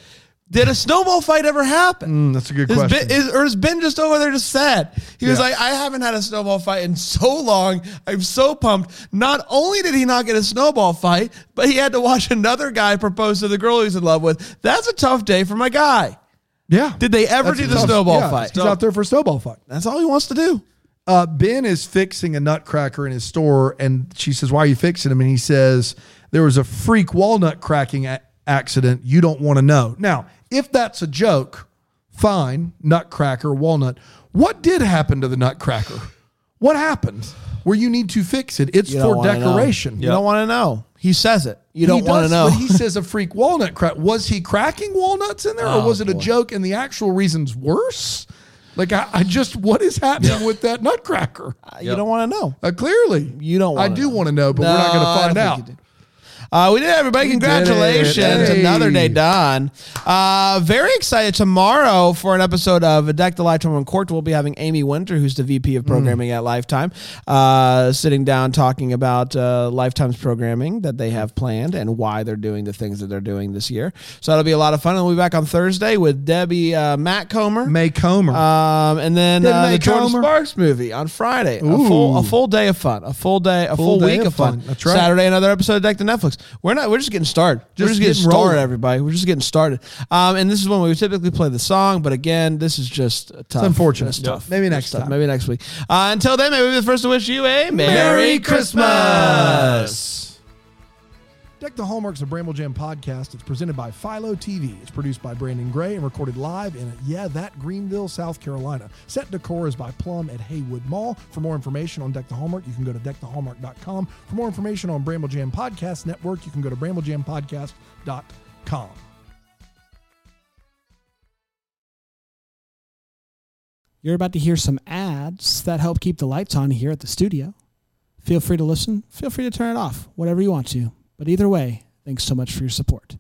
B: Did a snowball fight ever happen?
D: Mm, that's a good
B: Is
D: question.
B: ben, is, or is Ben just over there just sad? He was
D: Yeah.
B: like, I haven't had a snowball fight in so long. I'm so pumped. Not only did he not get a snowball fight, but he had to watch another guy propose to the girl he's in love with. That's a tough day for my guy.
D: yeah.
B: Did they ever
D: That's
B: do
D: a
B: the
D: tough-
B: snowball
D: yeah,
B: fight?
D: He's out there for a snowball fight.
B: That's all he wants to do.
D: uh, Ben is fixing a nutcracker in his store, and she says, "Why are you fixing him?" And he says, "There was a freak walnut cracking a- accident. You don't want to know." Now, if that's a joke, fine. Nutcracker, walnut. What did happen to the nutcracker? What happened? Where you need to fix it? It's for decoration.
B: You don't want to know. He says it. You don't
D: He
B: want to know.
D: does, but he says a freak walnut crack. Was he cracking walnuts in there,
B: Oh,
D: or was it a joke? And the actual reason's worse. Like I, I just, what is happening with that nutcracker?
B: You don't want to know.
D: Uh, clearly,
B: You don't
D: I
B: wanna
D: do
B: know.
D: want to know, but we're
B: No,
D: not
B: I
D: going to find
B: don't
D: out.
B: think you do. Uh, we did it, everybody. Congratulations.
D: Hey.
B: Another day done. Uh, very excited tomorrow for an episode of A Deck the Lifetime on Court. We'll be having Amy Winter, who's the VP of Programming at Lifetime, uh, sitting down talking about uh, Lifetime's programming that they have planned and why they're doing the things that they're doing this year. So that'll be a lot of fun. And we'll be back on Thursday with Debbie uh, Matt Comer.
D: May Comer.
B: Um, and then uh, the
D: they
B: Jordan
D: come?
B: Sparks movie on Friday. A full, a full day of fun. A full day, a full,
D: Full day
B: week
D: of
B: of fun.
D: fun. That's right.
B: Saturday, another episode of Deck to Netflix. We're not. We're just getting started. we're just
D: Just
B: getting,
D: getting
B: started,
D: rolling.
B: everybody. We're just getting started. Um, and this is when we typically play the song. But again, this is just tough. It's
D: unfortunate. Yeah.
B: tough.
D: Maybe
B: It's
D: next
B: tough.
D: time.
B: Maybe next week. Uh, until then, maybe we'll be the first to wish you a
H: Merry Christmas.
D: Deck the Hallmarks of Bramble Jam podcast. It's presented by Philo TV. It's produced by Brandon Gray and recorded live in, yeah, that Greenville, South Carolina. Set decor is by Plum at Haywood Mall. For more information on Deck the Hallmark, you can go to deckthehallmark.com. For more information on Bramble Jam Podcast Network, you can go to bramblejampodcast.com.
I: You're about to hear some ads that help keep the lights on here at the studio. Feel free to listen, feel free to turn it off, whatever you want to. But either way, thanks so much for your support.